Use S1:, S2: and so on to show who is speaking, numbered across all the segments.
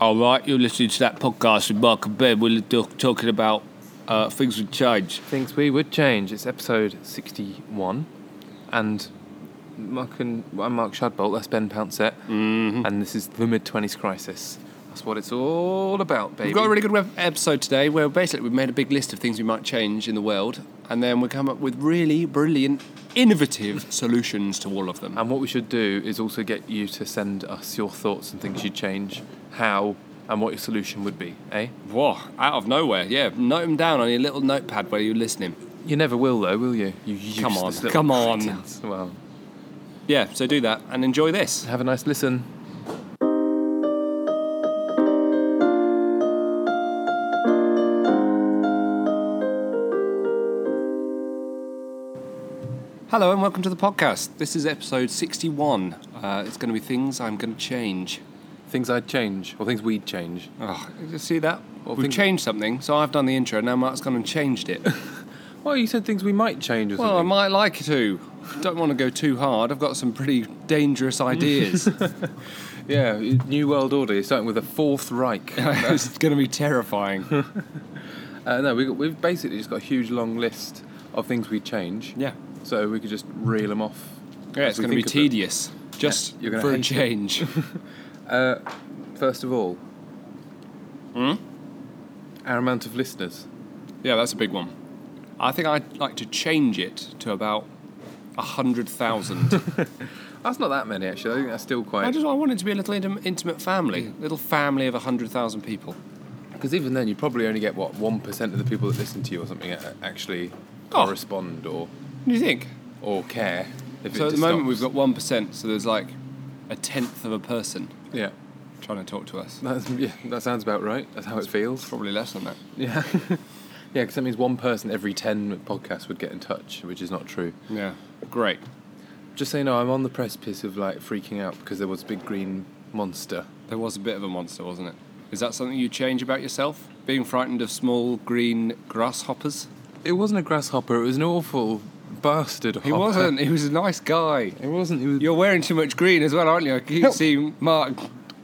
S1: all right, you're listening to that podcast with Mark and Ben. We're t- talking about uh, things would change.
S2: Things we would change. It's episode 61. And Mark and, I'm Mark Shadbolt, that's Ben Pouncett.
S3: Mm-hmm.
S2: And this is the mid 20s crisis. That's what it's all about, baby.
S3: We've got a really good web- episode today where basically we've made a big list of things we might change in the world, and then we come up with really brilliant, innovative solutions to all of them.
S2: and what we should do is also get you to send us your thoughts and things you'd change, how, and what your solution would be, eh?
S3: Whoa, out of nowhere, yeah. Note them down on your little notepad where you're listening.
S2: You never will, though, will you? You
S3: Come on,
S2: useless little
S3: come on.
S2: cretins. Well,
S3: Yeah, so do that and enjoy this.
S2: have a nice listen.
S3: Hello and welcome to the podcast. This is episode 61. Uh, it's going to be things I'm going to change.
S2: Things I'd change, or things we'd change.
S3: Oh, you see that?
S2: Well,
S3: We've
S2: think-
S3: changed something, so I've done the intro, now Mark's gone and changed it.
S2: Well, you said things we might change or
S3: Well, I
S2: something.
S3: might like to. Don't want to go too hard. I've got some pretty dangerous ideas.
S2: Yeah, New World Order. You're starting with a Fourth Reich.
S3: it's going to be terrifying.
S2: Uh, no, we got, we've basically just got a huge long list of things we change.
S3: Yeah.
S2: So we could just reel them off.
S3: Yeah,
S2: as
S3: it's
S2: we
S3: going to be
S2: think of them.
S3: tedious. Just
S2: you're gonna
S3: for a
S2: hate it.
S3: change.
S2: First of all, hmm?
S3: Hmm?
S2: our amount of listeners.
S3: yeah, that's a big one. I think I'd like to change it to about a 100,000.
S2: That's not that many, actually. I think that's still
S3: I
S2: quite.
S3: just I want it to be a little intim- intimate family. Little family of a 100,000 people.
S2: Because even then, you probably only get, what, 1% of the people that listen to you or something a- actually
S3: Oh.
S2: correspond or,
S3: What do you think?
S2: or care. If
S3: So
S2: it
S3: at the
S2: just
S3: moment we've
S2: stops.
S3: got 1%, so there's like a tenth of a person
S2: Yeah.
S3: trying to talk to us.
S2: That's, yeah. That sounds about right. That's how it feels.
S3: Probably less than that.
S2: Yeah. yeah, because that means one person every 10 podcasts would get in touch, which is not true.
S3: Yeah. Great.
S2: Just so you know, I'm on the precipice of like freaking out because there was a big green monster.
S3: There was a bit of a monster, wasn't it? Is that something you change about yourself? Being frightened of small green grasshoppers?
S2: It wasn't a grasshopper, it was an awful bastard
S3: He wasn't. He was a nice guy.
S2: It wasn't. It was.
S3: You're wearing too much green as well, aren't you? I keep
S2: Help.
S3: seeing Mark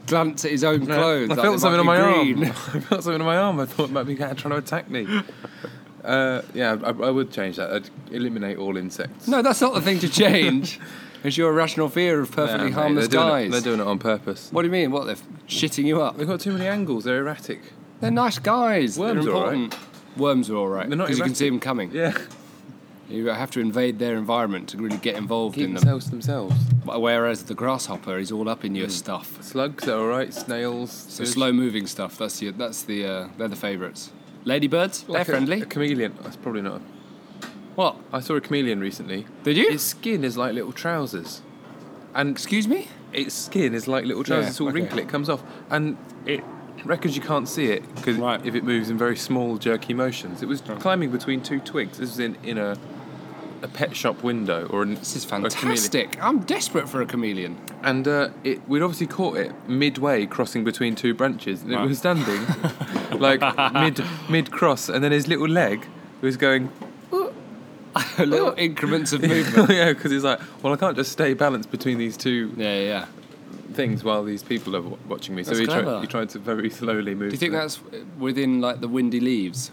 S3: glance at his own
S2: No,
S3: clothes.
S2: I
S3: like
S2: felt
S3: they
S2: something
S3: might
S2: on my
S3: be green.
S2: arm. I felt something on my arm. I thought it might be trying to attack me. Uh, yeah, I, I would change that. I'd eliminate all insects.
S3: No, that's not the thing to change. it's your irrational fear of
S2: Yeah,
S3: perfectly
S2: mate,
S3: harmless
S2: they're doing
S3: guys.
S2: it- they're doing it on purpose.
S3: what do you mean? What, they're f- shitting you up?
S2: They've got too many angles. They're erratic.
S3: They're nice guys.
S2: Worms
S3: they're
S2: are all right.
S3: important. Worms are all right.
S2: They're not
S3: Because you can
S2: erratic.
S3: see them coming.
S2: Yeah.
S3: You have to invade their environment to really get involved
S2: Keep
S3: in them.
S2: themselves to themselves.
S3: Whereas the grasshopper is all up in your
S2: Mm.
S3: stuff.
S2: Slugs are all right. Snails.
S3: So slow moving stuff. That's your, that's the uh, they're the favourites. Ladybirds,
S2: Like a-
S3: they're friendly.
S2: A chameleon. That's probably not.
S3: what
S2: I saw a chameleon recently.
S3: did you?
S2: Its skin is like little trousers, and
S3: Excuse me.
S2: its skin is like little trousers.
S3: Yeah,
S2: it's all
S3: okay.
S2: wrinkly. It comes off, and it reckons you can't see it because
S3: Right.
S2: if it moves in very small, jerky motions. It was climbing between two twigs. This was in in a a pet shop window or an,
S3: This is
S2: a chameleon.
S3: fantastic. I'm desperate for a chameleon.
S2: And uh, it, we'd obviously caught it midway crossing between two branches, and it
S3: Right.
S2: was standing like mid mid cross, and then his little leg was going.
S3: Little increments of movement.
S2: yeah, because he's like, well, I can't just stay balanced between these two
S3: Yeah, yeah, yeah.
S2: things while these people are wa- watching me. So
S3: That's
S2: he tried,
S3: clever.
S2: he tried to very slowly move.
S3: Do you think
S2: them.
S3: that's within like the windy leaves?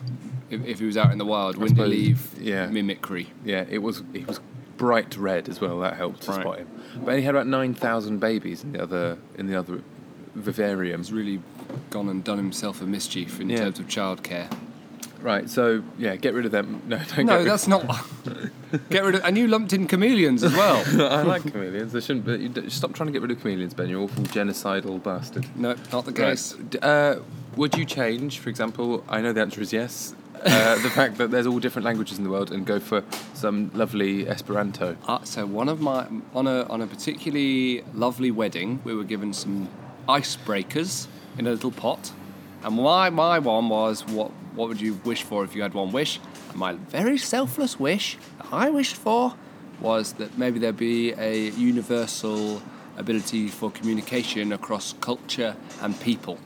S3: If, if he was out in the wild, windy
S2: suppose,
S3: leaf
S2: yeah.
S3: mimicry.
S2: Yeah, it was. He was bright red as well. That helped to
S3: Right.
S2: spot him. But he had about nine thousand babies in the other in the other vivarium.
S3: He's really gone and done himself a mischief in
S2: Yeah.
S3: terms of childcare.
S2: Right. So yeah, get rid of them. No, don't get
S3: No,
S2: rid
S3: that's not. Get rid of. And you lumped in chameleons as well.
S2: I like chameleons. They shouldn't. But you d- stop trying to get rid of chameleons, Ben. You're awful genocidal bastard.
S3: No, not the case.
S2: Right. D- Uh, would you change, for example? I know the answer is yes. Uh, the fact that there's all different languages in the world, and go for some lovely Esperanto.
S3: Uh, so one of my on a on a particularly lovely wedding, we were given some icebreakers in a little pot, and my my one was what what would you wish for if you had one wish? And my very selfless wish that I wished for was that maybe there be a universal ability for communication across culture and people,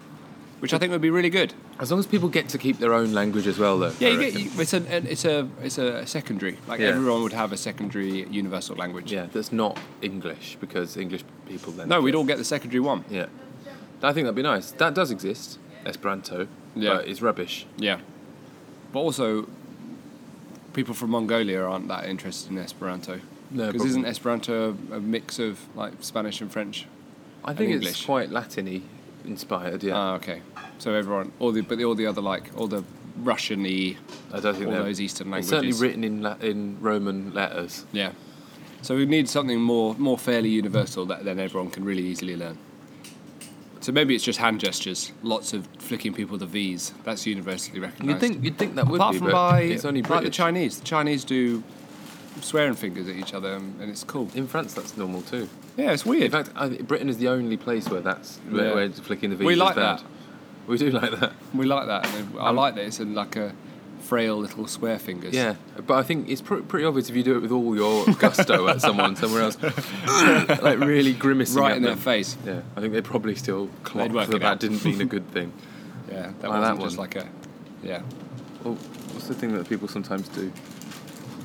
S3: which I think would be really good.
S2: As long as people get to keep their own language as well, though.
S3: Yeah,
S2: I
S3: you get,
S2: reckon.
S3: you, it's a it's a it's a secondary. Like
S2: Yeah.
S3: everyone would have a secondary universal language.
S2: yeah, that's not English because English people then.
S3: No, we'd
S2: get-
S3: all get the secondary one.
S2: Yeah. I think that'd be nice. That does exist, Esperanto,
S3: Yeah.
S2: but it's rubbish.
S3: Yeah. But also, people from Mongolia aren't that interested in Esperanto.
S2: No,
S3: Because
S2: but-
S3: isn't Esperanto a, a mix of like Spanish and French?
S2: I think it's
S3: English.
S2: quite Latin-y inspired. Yeah,
S3: Ah, okay. So everyone, all the but the, all the other like all the Russian-y,
S2: I don't think
S3: all
S2: they're-
S3: those Eastern
S2: It's
S3: languages.
S2: certainly written in La- in Roman letters.
S3: Yeah. So we need something more more fairly universal that then everyone can really easily learn. So maybe it's just hand gestures, lots of flicking people the V's. That's universally recognised.
S2: You'd think you'd think that would
S3: apart
S2: be,
S3: from
S2: but
S3: by
S2: it's only
S3: like
S2: British.
S3: the Chinese. The Chinese do swearing fingers at each other, and, and it's cool.
S2: in France, that's normal too.
S3: Yeah, it's
S2: In
S3: weird.
S2: fact, I, Britain is the only place where that's where,
S3: Yeah.
S2: where flicking the V's
S3: We
S2: is
S3: like
S2: bad.
S3: that.
S2: We do like that.
S3: We like that. and I like that it's in like a frail little square fingers.
S2: Um, Yeah, but I think it's pr- pretty obvious if you do it with all your gusto at someone somewhere else, like really grimacing
S3: right
S2: at
S3: in their
S2: them.
S3: face.
S2: Yeah, I think they probably still clocked
S3: work
S2: that
S3: it
S2: that
S3: out.
S2: didn't mean a good thing.
S3: Yeah, that
S2: Like
S3: wasn't
S2: that
S3: just
S2: one.
S3: like a. Yeah.
S2: Oh, what's the thing that people sometimes do?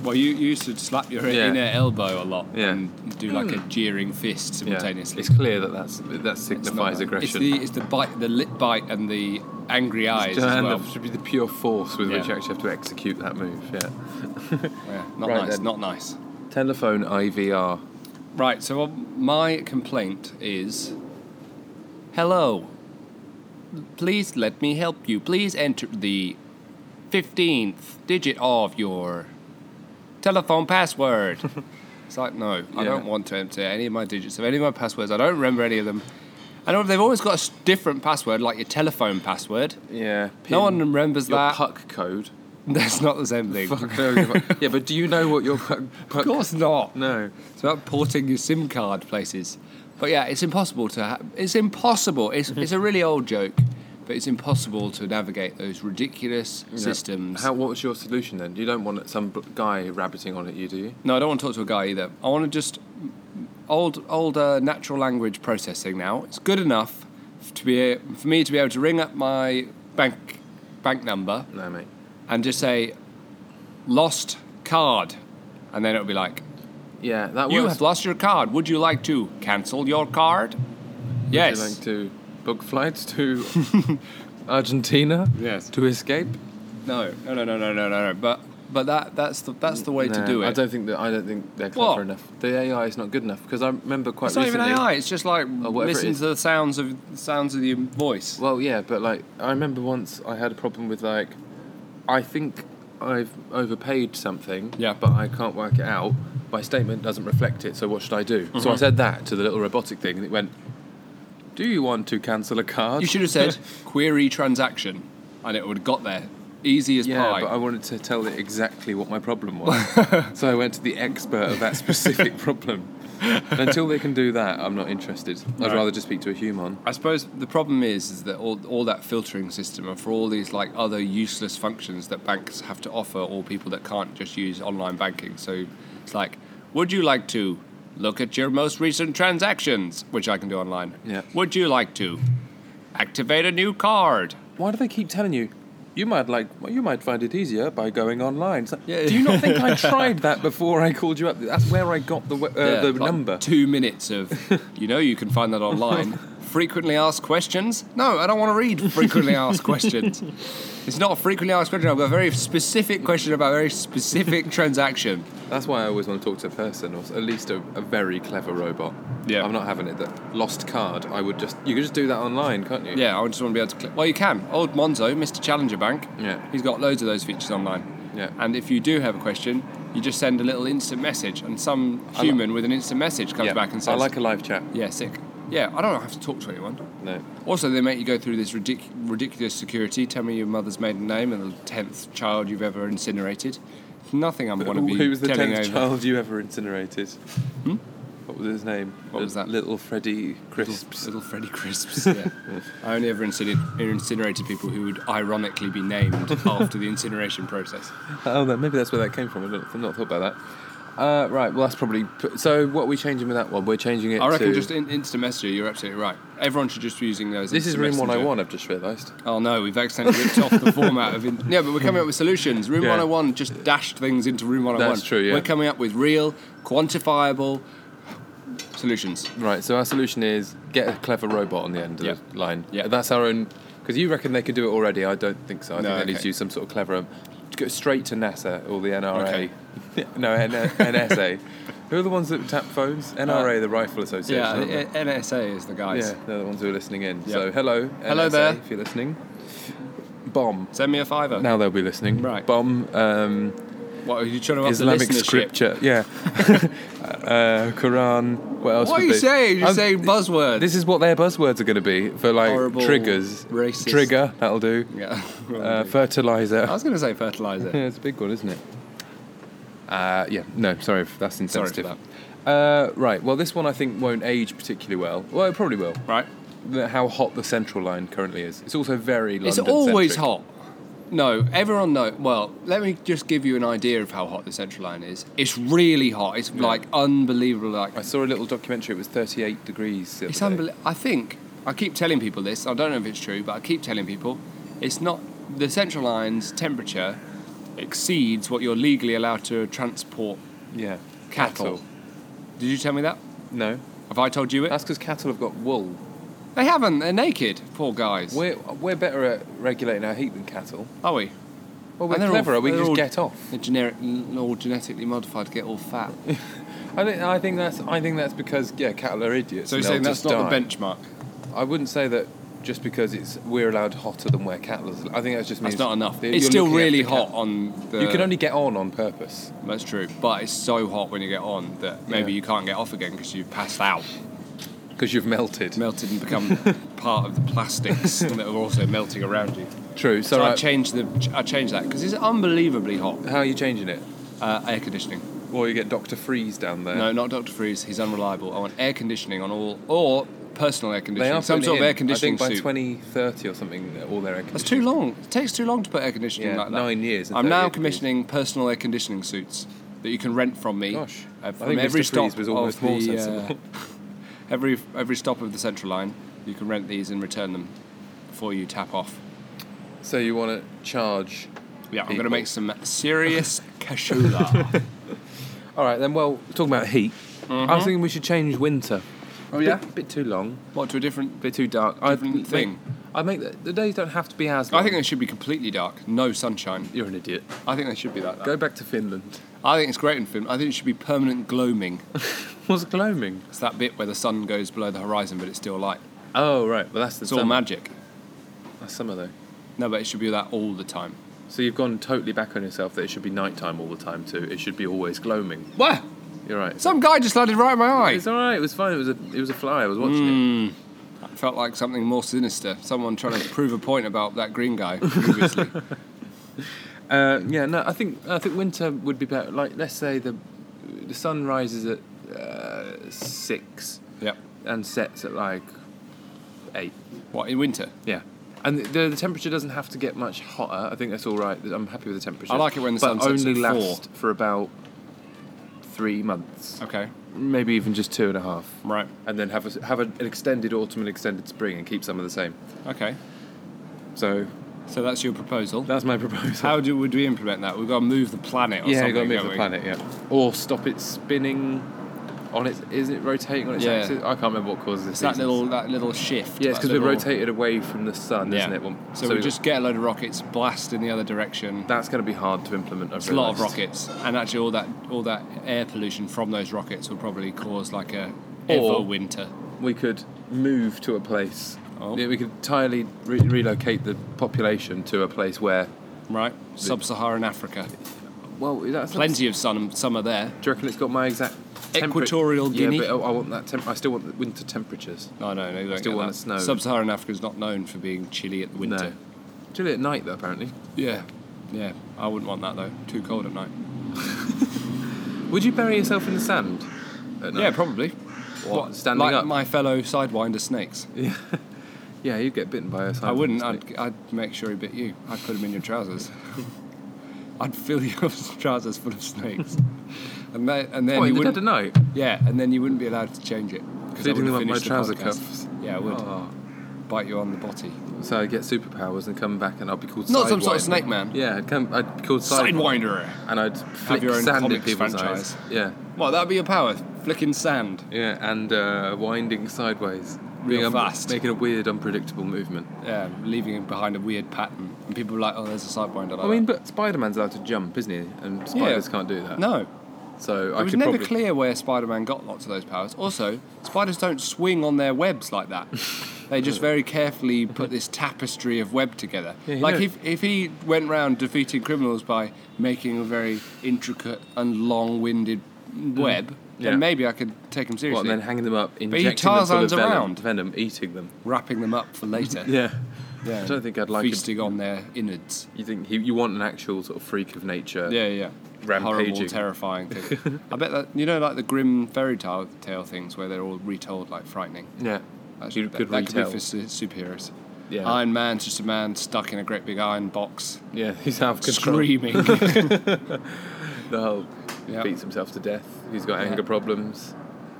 S3: Well, you, you used to slap your
S2: Yeah.
S3: inner elbow a lot
S2: Yeah. Mm.
S3: and do like a jeering fist simultaneously.
S2: It's clear that that's, that
S3: It's
S2: signifies
S3: not-
S2: aggression.
S3: It's the, it's the bite, the lip bite, and the angry eyes as
S2: Just hand
S3: well.
S2: up should be the pure force with which you
S3: Yeah.
S2: actually have to execute that move. Yeah.
S3: Yeah, not
S2: Right
S3: nice.
S2: then.
S3: Not nice.
S2: Telephone IVR.
S3: Right. So uh, my complaint is, hello. Please let me help you. Please enter the fifteenth digit of your telephone password. it's like no, I
S2: Yeah.
S3: don't want to enter any of my digits of any of my passwords. I don't remember any of them. I know they've always got a s- different password, like your telephone password.
S2: Yeah.
S3: No one remembers
S2: your
S3: that.
S2: puck code.
S3: That's not the same thing.
S2: Puck code. yeah, but do you know what your puck, puck
S3: Of course not.
S2: No.
S3: It's about porting your SIM card places. But yeah, it's impossible to. Ha- it's impossible. It's
S2: Mm-hmm.
S3: it's a really old joke, but it's impossible to navigate those ridiculous systems.
S2: How? What's your solution then? You don't want some bl- guy rabbiting on at you, do you?
S3: no, I don't want to talk to a guy either. I want to just old old uh, natural language processing. Now it's good enough f- to be a- for me to be able to ring up my bank bank number
S2: No, mate.
S3: and just say lost card, and then it'll be like
S2: Yeah, that
S3: You
S2: works.
S3: have lost your card. Would you like to cancel your card?
S2: Would
S3: Yes.
S2: you like to book flights to Argentina?
S3: Yes.
S2: To escape?
S3: no, no, no, no, no, no, no. no. But but that that's the that's the way to
S2: No,
S3: do it.
S2: I don't think that. I don't think they're clever
S3: What?
S2: enough. The AI is not good enough because I remember quite
S3: it's not even
S2: recently.
S3: AI. It's just like
S2: whatever it
S3: listen
S2: is.
S3: to the sounds of the sounds of your voice.
S2: Well, yeah, but like I remember once I had a problem with like, I think I've overpaid something.
S3: Yeah.
S2: But I can't work it out. My statement doesn't reflect it. So what should I do? So
S3: Mm-hmm.
S2: I said that to the little robotic thing, and it went, "Do you want to cancel a card?"
S3: You should have said query transaction, and it would have got there easy as
S2: Yeah,
S3: pie.
S2: but I wanted to tell it exactly what my problem was. so I went to the expert of that specific problem. And until they can do that, I'm not interested. I'd
S3: Right.
S2: rather just speak to a human.
S3: I suppose the problem is, is that all, all that filtering system and for all these like other useless functions that banks have to offer or people that can't just use online banking. So it's like, would you like to look at your most recent transactions, which I can do online?
S2: Yeah.
S3: Would you like to activate a new card?
S2: Why do they keep telling you? You might like. well, you might find it easier by going online. It's like,
S3: Yeah.
S2: Do you not think I tried that before I called you up? That's where I got the we- uh,
S3: Yeah,
S2: the
S3: like
S2: number.
S3: Two minutes of, you know, you can find that online. frequently asked questions? No, I don't want to read frequently asked questions. It's not a frequently asked question. I've got a very specific question about a very specific transaction.
S2: That's why I always want to talk to a person, or s- at least a, a very clever robot.
S3: Yeah.
S2: I'm not having it. That lost card. I would just. You could just do that online, can't you?
S3: Yeah, I just want to be able to click. Well, you can. Old Monzo, Mr. Challenger Bank.
S2: Yeah.
S3: He's got loads of those features online.
S2: Yeah.
S3: And if you do have a question, you just send a little instant message, and some human with an instant message comes
S2: Yeah.
S3: back and says,
S2: I like a live chat.
S3: "Yeah, sick. Yeah, I don't have to talk to anyone."
S2: No.
S3: Also, they make you go through this ridic- ridiculous security. Tell me your mother's maiden name and the tenth child you've ever incinerated. Nothing I'm going to be
S2: Who was the
S3: telling
S2: tenth
S3: over.
S2: child you ever incinerated? Hmm? What was his name?
S3: What was that?
S2: Little Freddy Crisps.
S3: Little Freddy Crisps. Yeah. I only ever incinerated, incinerated people who would ironically be named after the incineration process.
S2: Oh, then maybe that's where that came from. I don't, I've not thought about that. Uh, right. Well, that's probably. So, what are we changing with that one? We're changing it.
S3: I reckon
S2: to,
S3: just in instant messenger. You're absolutely right. Everyone should just be using those.
S2: This is
S3: instant
S2: room one hundred
S3: messenger.
S2: and one. I've just realised.
S3: Oh no, we've accidentally ripped off the format of. In- yeah, but we're coming up with solutions. Room
S2: Yeah.
S3: 101 just dashed things into Room 101.
S2: That's true, yeah.
S3: We're coming up with real, quantifiable, Solutions.
S2: Right, so our solution is get a clever robot on the end of
S3: Yeah.
S2: the line.
S3: Yeah.
S2: That's our own. Because you reckon they could do it already. I don't think so. I
S3: No,
S2: think they need
S3: okay.
S2: to use some sort of clever. Go straight to NASA or the
S3: Okay.
S2: NRA. no, N- NSA. Who are the ones that tap phones? NRA, the Rifle Association.
S3: Uh, Yeah,
S2: aren't they?
S3: I- NSA is the guys.
S2: yeah, they're the ones who are listening in.
S3: Yeah.
S2: So hello,
S3: Hello
S2: NSA,
S3: there.
S2: if you're listening. Bomb.
S3: Send me a fiver.
S2: Now they'll be listening.
S3: Right.
S2: Bomb. Um,
S3: What are you trying to up
S2: Islamic
S3: the listenership?
S2: scripture. Yeah. uh, Quran. What else?
S3: What are
S2: would
S3: you
S2: be?
S3: saying? You're
S2: I'm-
S3: saying buzzwords.
S2: This is what their buzzwords are going to be for like
S3: Horrible,
S2: triggers.
S3: racist.
S2: Trigger, that'll do.
S3: yeah.
S2: Uh, fertilizer.
S3: I was going to say fertilizer.
S2: Yeah, it's a big one, isn't it? Uh, yeah, no, sorry, if that's
S3: Sorry for
S2: insensitive.
S3: that.
S2: Uh, right, well, this one I think won't age particularly well. Well, it probably will.
S3: Right.
S2: The- How hot the central line currently is. It's also very London.
S3: It's always hot. No, everyone know. Well, let me just give you an idea of how hot the central line is. It's really hot. It's like unbelievable. Like
S2: I saw a little documentary. It was 38 degrees. the
S3: it's
S2: other day.
S3: unbelievable. I think I keep telling people this. I don't know if it's true, but I keep telling people it's not the central line's temperature exceeds what you're legally allowed to transport
S2: Yeah.
S3: cattle. Did you tell me that?
S2: No,
S3: Have I told you it?
S2: that's because cattle have got wool.
S3: They haven't. They're naked. Poor guys.
S2: We're we're better at regulating our heat than cattle.
S3: Are we?
S2: Well, we're
S3: And they're all-
S2: cleverer. we
S3: they're
S2: can just
S3: all-
S2: get off.
S3: They're generic, all genetically modified to get all fat.
S2: I think I think that's I think that's because yeah, cattle are idiots.
S3: So you're
S2: and
S3: saying
S2: they'll
S3: that's
S2: just
S3: not
S2: die.
S3: the benchmark?
S2: I wouldn't say that just because it's we're allowed hotter than where cattle is. I think that's just means
S3: That's not enough.
S2: that
S3: It's
S2: you're
S3: still
S2: looking
S3: really
S2: after
S3: hot
S2: cat-
S3: on the.
S2: You can only get on on purpose.
S3: That's true, but it's so hot when you get on that maybe
S2: Yeah.
S3: you can't get off again because you've passed out,
S2: Because you've melted.
S3: melted, and become part of the plastics that are also melting around you.
S2: True. So,
S3: So I
S2: right,
S3: changed the I changed that because it's unbelievably hot.
S2: how are you changing it?
S3: Uh, air conditioning.
S2: Well, you get Doctor Freeze down there.
S3: No, not Doctor Freeze. He's unreliable. I want air conditioning on all or personal air conditioning.
S2: they are
S3: Some
S2: putting
S3: sort
S2: it
S3: of air
S2: in,
S3: conditioning
S2: I think by
S3: suit.
S2: 2030 or something, all their air conditioning.
S3: That's too long. It takes too long to put air conditioning
S2: Yeah,
S3: like that.
S2: nine years and
S3: I'm now
S2: 38 degrees.
S3: commissioning personal air conditioning suits that you can rent from me.
S2: Gosh, I
S3: uh, from
S2: think
S3: every
S2: Mr. Freeze
S3: stop
S2: was almost
S3: of
S2: more
S3: the, uh,
S2: sensible.
S3: every every stop of the central line, you can rent these and return them before you tap off.
S2: So you want to charge?
S3: Yeah, I'm going to
S2: People.
S3: make some serious cashola.
S2: All right then. Well, talking about heat, I was thinking we should change winter.
S3: oh yeah,
S2: bit, bit too long,
S3: what to a different?
S2: bit too dark. I
S3: Different thing.
S2: I make the, the days don't have to be as. Long.
S3: I think they should be completely dark, no sunshine.
S2: you're an idiot.
S3: I think they should be like that.
S2: Go back to Finland.
S3: I think it's great in film. I think it should be permanent gloaming.
S2: What's gloaming?
S3: It's that bit where the sun goes below the horizon, but it's still light.
S2: Oh right, well that's the
S3: It's
S2: summer.
S3: all magic.
S2: That's summer though.
S3: No, but it should be that all the time.
S2: So you've gone totally back on yourself that it should be nighttime all the time too. It should be always gloaming.
S3: What?
S2: You're right.
S3: Some guy just landed right in my eye.
S2: It's all right. Mm. It was fine. It was a it was a fly. I was watching
S3: Felt like something more sinister. Someone trying to prove a point about that green guy previously.
S2: it. Uh, yeah, no, I think I think winter would be better. Like let's say the the sun rises at uh, six
S3: yep.
S2: and sets at like eight.
S3: What in winter?
S2: Yeah. And the, the, temperature doesn't have to get much hotter. I think that's all right. I'm happy with the temperature.
S3: I like it when the sun
S2: but
S3: sets
S2: only
S3: at four.
S2: last for about three months,
S3: Okay.
S2: maybe even just two and a half,
S3: Right.
S2: and then have a, have an extended autumn and extended spring and keep some of the same.
S3: Okay.
S2: So
S3: So that's your proposal.
S2: that's my proposal.
S3: How do would we implement that? We've got to move the planet or
S2: yeah, you
S3: something.
S2: got to move
S3: don't
S2: the
S3: we?
S2: planet. Yeah, or stop it spinning on its. Is it rotating on its
S3: Yeah.
S2: axis? I can't remember what causes this.
S3: It's that
S2: reasons.
S3: little that little shift.
S2: Yeah, it's
S3: that
S2: because we're
S3: little-
S2: rotated away from the sun, isn't it? Well,
S3: So, we
S2: we've got-
S3: just get a load of rockets, blast in the other direction.
S2: That's going to be hard to implement. I've
S3: It's a lot of
S2: realised.
S3: rockets, and actually, all that all that air pollution from those rockets will probably cause like a
S2: Or-
S3: ever winter.
S2: we could move to a place.
S3: Oh.
S2: Yeah, we could entirely re- relocate the population to a place where,
S3: Right, sub-Saharan Africa.
S2: well, that's
S3: Plenty of sun summer there.
S2: Do you reckon it's got my exact tempera-
S3: Equatorial Guinea?
S2: Yeah, but I I want that. Temp- I still want the winter temperatures.
S3: No, no, no. You don't
S2: Still
S3: get
S2: want
S3: that.
S2: the snow.
S3: Sub-Saharan Africa is not known for being chilly at the winter.
S2: Chilly at night though, apparently.
S3: Yeah, yeah. I wouldn't want that though. Too cold at night.
S2: Would you bury yourself in the sand? At night?
S3: Yeah, probably.
S2: What, standing
S3: like
S2: up?
S3: my fellow sidewinder snakes.
S2: yeah, you'd get bitten by a sand.
S3: I wouldn't. I'd, I'd make sure he bit you. I'd put him in your trousers. I'd fill your trousers full of snakes, and then and then
S2: What,
S3: you
S2: in the
S3: wouldn't.
S2: dead of night?
S3: Yeah, and then you wouldn't be allowed to change it. 'cause I
S2: Feeding
S3: would've
S2: them up my
S3: finished the
S2: trouser
S3: podcast.
S2: cuffs.
S3: Yeah, I would
S2: Oh.
S3: bite you on the body.
S2: So I'd get superpowers and come back and I'd be called
S3: Not some sort of
S2: Sidewinder.
S3: snake man.
S2: Yeah, I'd, come, I'd be called Sidewinder.
S3: Sidewinder.
S2: And I'd flick
S3: your own
S2: sand at
S3: comics
S2: people's
S3: franchise.
S2: eyes. Yeah.
S3: Well, that'd be your power. flicking sand.
S2: Yeah, and uh, winding sideways.
S3: Real
S2: Being un-
S3: fast.
S2: Making a weird, unpredictable movement.
S3: Yeah, leaving it behind a weird pattern. And people were like, oh, there's a sidewinder. Like
S2: I mean, but Spider Man's allowed to jump, isn't he? And spiders can't do
S3: that.
S2: that.
S3: no.
S2: So
S3: It
S2: I
S3: was
S2: could
S3: never
S2: probably.
S3: clear where Spider Man got lots of those powers. Also, spiders don't swing on their webs like that. They just very carefully put this tapestry of web together.
S2: you
S3: like
S2: know-
S3: if, if he went round defeating criminals by making a very intricate and long winded web,
S2: Mm. Yeah.
S3: then maybe I could take him
S2: What,
S3: seriously.
S2: and then hanging them up,
S3: he
S2: injecting them full of
S3: Tarzans
S2: venom,
S3: around.
S2: venom, eating them.
S3: Wrapping them up for later.
S2: Yeah.
S3: Yeah.
S2: I don't think I'd like it.
S3: Feasting on their innards.
S2: You think he, you want an actual sort of freak of nature?
S3: Yeah, yeah. Horrible,
S2: Rampaging.
S3: terrifying thing. I bet that you know, like the grim fairy tale, tale things where they're all retold like frightening.
S2: Yeah.
S3: Actually,
S2: You
S3: that,
S2: could
S3: that could be
S2: retell.
S3: for su- superheroes.
S2: Yeah.
S3: Iron Man's just a man stuck in a great big iron box,
S2: Yeah, he's out of control.
S3: screaming.
S2: The whole
S3: Yeah.
S2: beats himself to death. He's got
S3: Yeah.
S2: anger problems.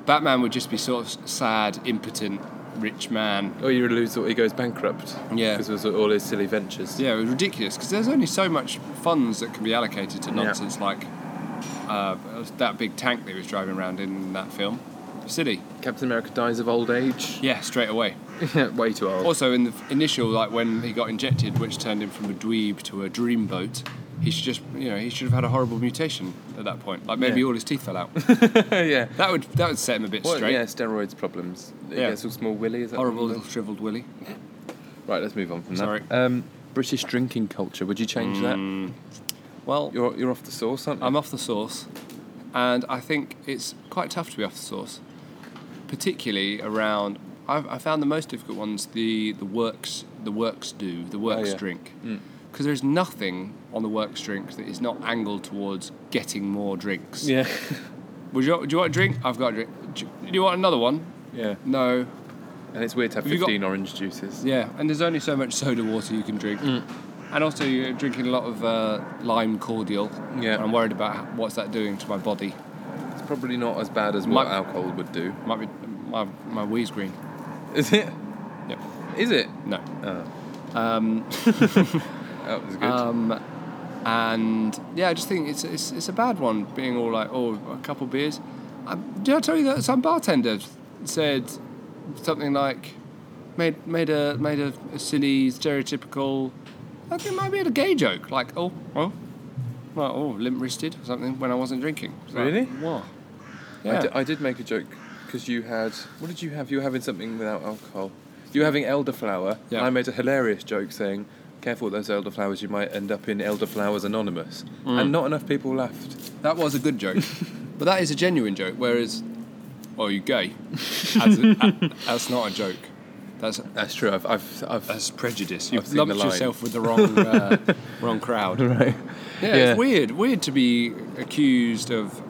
S3: Batman would just be sort of s- sad, impotent, rich man.
S2: Oh, you lose all. He goes bankrupt.
S3: Yeah.
S2: Because of all his silly ventures.
S3: Yeah, it was ridiculous because there's only so much funds that can be allocated to nonsense like uh, that big tank that he was driving around in that film, City.
S2: Captain America dies of old age.
S3: Yeah, straight away.
S2: Way too old.
S3: Also, in the f- initial, like when he got injected, which turned him from a dweeb to a dreamboat, he should just, you know, he should have had a horrible mutation at that point. Like maybe
S2: Yeah.
S3: all his teeth fell out.
S2: yeah.
S3: that would that would set him a bit
S2: What,
S3: straight.
S2: yeah, steroids problems. He
S3: Yeah.
S2: gets all small willy. Is that
S3: Horrible
S2: what it
S3: little shriveled willy.
S2: is? Right, let's move on from
S3: Sorry.
S2: that. Um, British drinking culture. Would you change that?
S3: Well,
S2: You're you're off the source, aren't you?
S3: I'm off the sauce, and I think it's quite tough to be off the sauce, particularly around. I've, I found the most difficult ones the the works the works do the works
S2: yeah.
S3: drink because there is nothing on the works drink that is not angled towards getting more drinks.
S2: yeah.
S3: Would you, do you want a drink? I've got a drink. Do you, do you want another one?
S2: yeah.
S3: No.
S2: And it's weird to have
S3: Have you got-
S2: fifteen orange juices.
S3: Yeah, and there's only so much soda water you can drink. And also, you're drinking a lot of uh, lime cordial.
S2: Yeah.
S3: I'm worried about h- what's that doing to my body.
S2: It's probably not as bad as what
S3: Might-
S2: alcohol would do.
S3: Might be my my wheeze green.
S2: Is it?
S3: Yep.
S2: Is it?
S3: No.
S2: That was Oh, good.
S3: Um, and yeah, I just think it's it's it's a bad one being all like, oh, a couple beers. Um, did I tell you that some bartender said something like made made a made a, a silly stereotypical. I think it might be a gay joke, like oh oh, well, oh limp wristed or something when I wasn't drinking. It's like,
S2: Really?
S3: What?
S2: I,
S3: Yeah.
S2: di- I did make a joke because you had. What did you have? You were having something without alcohol. You were having elderflower.
S3: Yeah.
S2: And I made a hilarious joke saying, careful with those elderflowers, you might end up in Elderflowers Anonymous.
S3: Mm.
S2: And not enough people laughed.
S3: That was a good joke, but that is a genuine joke. Whereas, oh, you gay? That's, a- that's not a joke. That's
S2: That's true. I've. I've, I've
S3: that's prejudice. You've
S2: seen the
S3: lumped
S2: line.
S3: yourself with the wrong uh, wrong crowd. Right. Yeah,
S2: Yeah.
S3: it's weird. Weird to be accused of.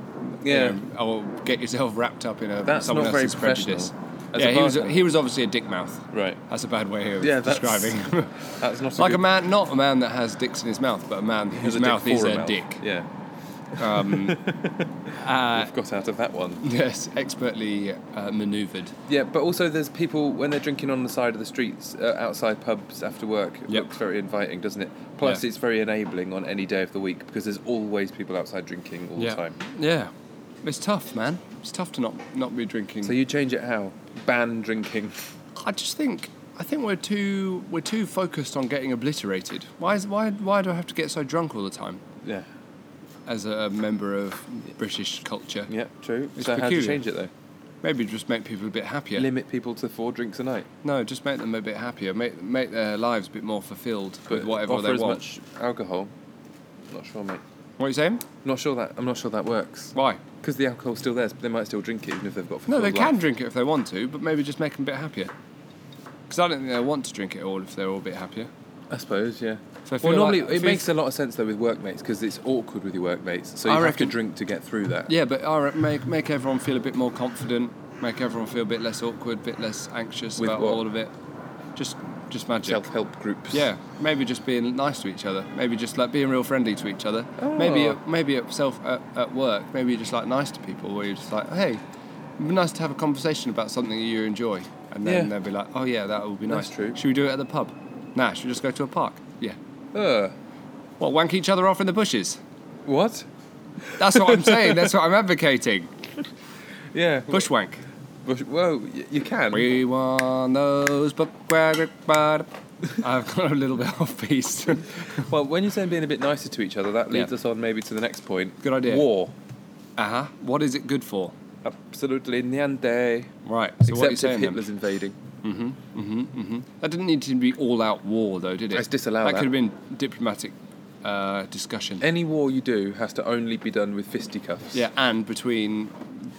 S2: Yeah.
S3: Yeah. or get yourself wrapped up in a
S2: That's
S3: someone
S2: not very
S3: else's prejudice.
S2: professional. As
S3: Yeah,
S2: a
S3: he was.
S2: bartender.
S3: He was obviously a dick mouth.
S2: right.
S3: That's a bad way of
S2: Yeah, that's-
S3: describing.
S2: That's not
S3: like
S2: good,
S3: a man, not a man that has dicks in his mouth, but a man
S2: there's
S3: whose
S2: a dick
S3: mouth is
S2: for
S3: a dick. uh,
S2: Yeah. Um, We've got out of that one.
S3: Yes, expertly uh, manoeuvred.
S2: Yeah, but also there's people when they're drinking on the side of the streets, uh, outside pubs after work. It
S3: Yep.
S2: looks very inviting, doesn't it? Plus,
S3: Yeah.
S2: it's very enabling on any day of the week because there's always people outside drinking all the time.
S3: Yeah. It's tough, man. It's tough to not not be drinking.
S2: So you change it how? Ban drinking.
S3: I just think I think we're too we're too focused on getting obliterated. Why is why why do I have to get so drunk all the time
S2: Yeah.
S3: as a member of British culture?
S2: Yeah, true.
S3: It's
S2: so how do you
S3: peculiar.
S2: change it though?
S3: Maybe just make people a bit happier.
S2: Limit people to four drinks a night,
S3: no, just make them a bit happier. Make make their lives a bit more fulfilled
S2: but
S3: with whatever
S2: offer
S3: they
S2: as
S3: want.
S2: much alcohol. Not sure, mate.
S3: What are you saying?
S2: Not sure that I'm not sure that works
S3: Why?
S2: because the alcohol's still there, so they might still drink it even if they've got.
S3: No, they
S2: fulfilled life.
S3: can drink it if they want to, but maybe just make them a bit happier. Because I don't think they want to drink it all if they're all a bit happier.
S2: I suppose, yeah.
S3: So I feel
S2: well, normally
S3: like- I
S2: it
S3: feel-
S2: makes a lot of sense though with workmates because it's awkward with your workmates, so you
S3: I
S2: have
S3: reckon-
S2: to drink to get through that.
S3: Yeah, but all right, make make everyone feel a bit more confident, make everyone feel a bit less awkward, a bit less anxious
S2: With
S3: about
S2: what?
S3: all of it. Just just magic.
S2: Self-help groups.
S3: Yeah, maybe just being nice to each other. Maybe just like being real friendly to each other. Maybe
S2: Oh.
S3: at- maybe at self at, at work. Maybe you're just like nice to people, where you're just like, hey, it'd be nice to have a conversation about something you enjoy, and then
S2: Yeah.
S3: they'll be like, oh yeah, that would be nice.
S2: That's true.
S3: Should we do it at the pub? Nah, should we just go to a park? Yeah.
S2: Uh,
S3: Well, wank each other off in the bushes.
S2: what?
S3: That's what I'm saying. That's what I'm advocating.
S2: Yeah.
S3: Bushwank.
S2: Bush- Whoa, y- you can.
S3: We want those bushwank. I've got a little bit off piece.
S2: Well, when you're saying being a bit nicer to each other, that leads
S3: Yeah.
S2: us on maybe to the next point.
S3: Good idea.
S2: War.
S3: Uh huh. What is it good for?
S2: Absolutely niente.
S3: Right. So
S2: Except
S3: what are you
S2: if
S3: saying? Then?
S2: Hitler's invading.
S3: That didn't need to be all out war, though, did it?
S2: Let's disallow that. Eh.
S3: could have been diplomatic uh, discussion.
S2: Any war you do has to only be done with fisticuffs.
S3: yeah, and between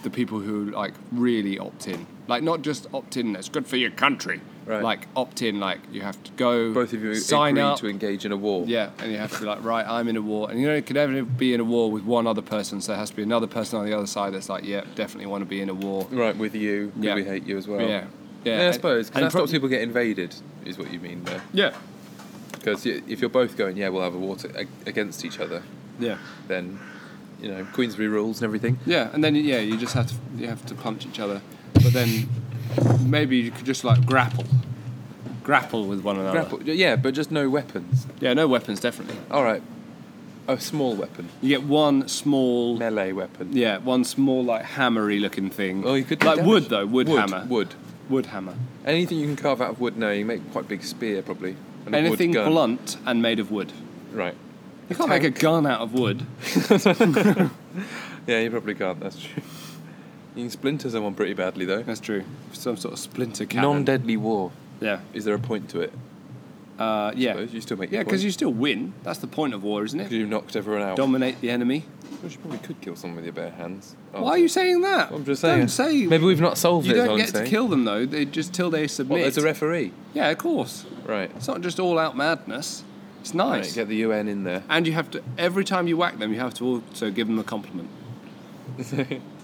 S3: the people who like really opt in, like not just opt in. It's good for your country.
S2: Right.
S3: Like opt in, like you have to go.
S2: Both of you
S3: sign
S2: agree
S3: up.
S2: to engage in a war.
S3: Yeah, and you have to be like, right, I'm in a war, and you know you can never be in a war with one other person. So there has to be another person on the other side that's like, yeah, definitely want to be in a war.
S2: Right, with you. 'cause
S3: Yeah.
S2: We hate you as well.
S3: Yeah, yeah.
S2: Yeah, I suppose. 'cause
S3: And
S2: that
S3: pro-
S2: stops people get invaded, is what you mean there.
S3: Yeah,
S2: Because if you're both going, yeah, we'll have a war to, ag- against each other,
S3: yeah,
S2: then, you know, Queensbury rules and everything.
S3: yeah. And then yeah, you just have to you have to punch each other, but then maybe you could just like grapple, grapple with one another.
S2: Grapple. Yeah, but just no weapons.
S3: Yeah, no weapons, definitely.
S2: All right. A small weapon.
S3: You get one small.
S2: Melee weapon.
S3: Yeah, one small like hammery looking thing.
S2: Well, you could do
S3: like
S2: damage.
S3: wood though, wood, hammer,
S2: Wood.
S3: wood hammer.
S2: Anything you can carve out of wood now, you make quite a big spear probably. and a wood
S3: Anything
S2: gun.
S3: blunt and made of wood.
S2: Right.
S3: You can't make a gun out of wood.
S2: Yeah, you probably can't, that's true. You can splinter someone pretty badly though.
S3: That's true. Some sort of splinter cannon.
S2: Non deadly war.
S3: Yeah.
S2: Is there a point to it?
S3: Uh, yeah.
S2: suppose? You still make your
S3: Yeah, because
S2: point.
S3: you still win. That's the point of war, isn't it?
S2: Because you've knocked everyone out.
S3: Dominate the enemy.
S2: Well, you probably could kill someone with your bare hands. Oh,
S3: Why are you saying that?
S2: I'm just saying.
S3: Don't say.
S2: Maybe we've not solved
S3: you
S2: it. is
S3: don't
S2: what
S3: get
S2: I'm
S3: to
S2: saying.
S3: kill them though. They just till they
S2: What,
S3: submit.
S2: there's a referee.
S3: yeah, of course.
S2: Right.
S3: It's not just all out madness. It's nice.
S2: Right, Get the UN in there.
S3: And you have to every time you whack them, you have to also give them a compliment.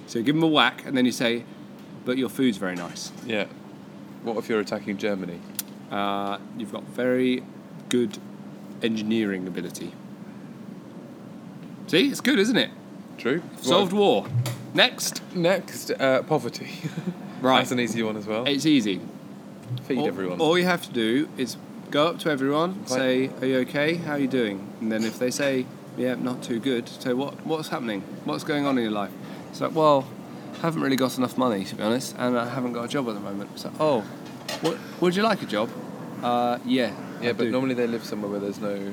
S3: so you give them a whack, and then you say, "But your food's very nice.
S2: Yeah. What if you're attacking Germany?
S3: Uh, you've got very good engineering ability." See, it's good, isn't it?
S2: True.
S3: Solved war. Next,
S2: Next, uh, poverty.
S3: right?
S2: That's an easy one as well.
S3: It's easy.
S2: Feed
S3: all,
S2: everyone.
S3: all you have to do is go up to everyone, say, "Are you okay? How are you doing?" And then if they say, "Yeah, not too good," so what what's happening? What's going on in your life? It's like, well, I haven't really got enough money to be honest, and I haven't got a job at the moment. It's like, oh, what, would you like a job? Uh, yeah. I
S2: yeah, but
S3: do."
S2: normally they live somewhere where there's no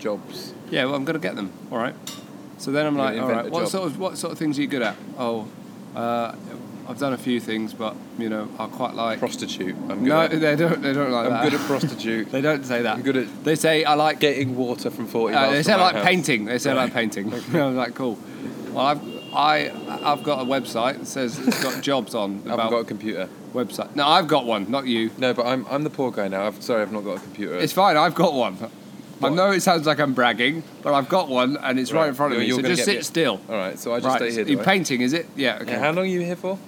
S2: jobs.
S3: Yeah, well, I'm gonna get them. All right. So then I'm
S2: You're
S3: like,
S2: gonna
S3: all
S2: invent
S3: right,
S2: a
S3: what
S2: job."
S3: sort of what sort of things are you good at? Oh, uh, I've done a few things, but you know, I quite like.
S2: Prostitute. I'm good.
S3: no,
S2: at,
S3: they don't. They don't like
S2: I'm
S3: that.
S2: good at prostitute.
S3: They don't say that.
S2: I'm good at-
S3: They say I like.
S2: Getting water from 40
S3: Uh,
S2: miles
S3: they
S2: from
S3: say I
S2: my
S3: like
S2: house.
S3: painting. They say I like painting. I'm like cool. Well, I've I I've got a website that says it's got jobs on
S2: I haven't
S3: about
S2: got a computer.
S3: website. No, I've got one, not you.
S2: No, but I'm, I'm the poor guy now. I've, sorry, I've not got a computer.
S3: It's fine. I've got one. I
S2: What?
S3: know it sounds like I'm bragging, but I've got one and it's right,
S2: Right,
S3: in front of
S2: you're-
S3: me.
S2: you're
S3: So
S2: gonna
S3: just
S2: get
S3: sit
S2: me-
S3: still.
S2: All right, so I just
S3: right.
S2: stay here.
S3: you
S2: do I?
S3: painting, is it? Yeah.
S2: Yeah, how
S3: Okay.
S2: long are you here for?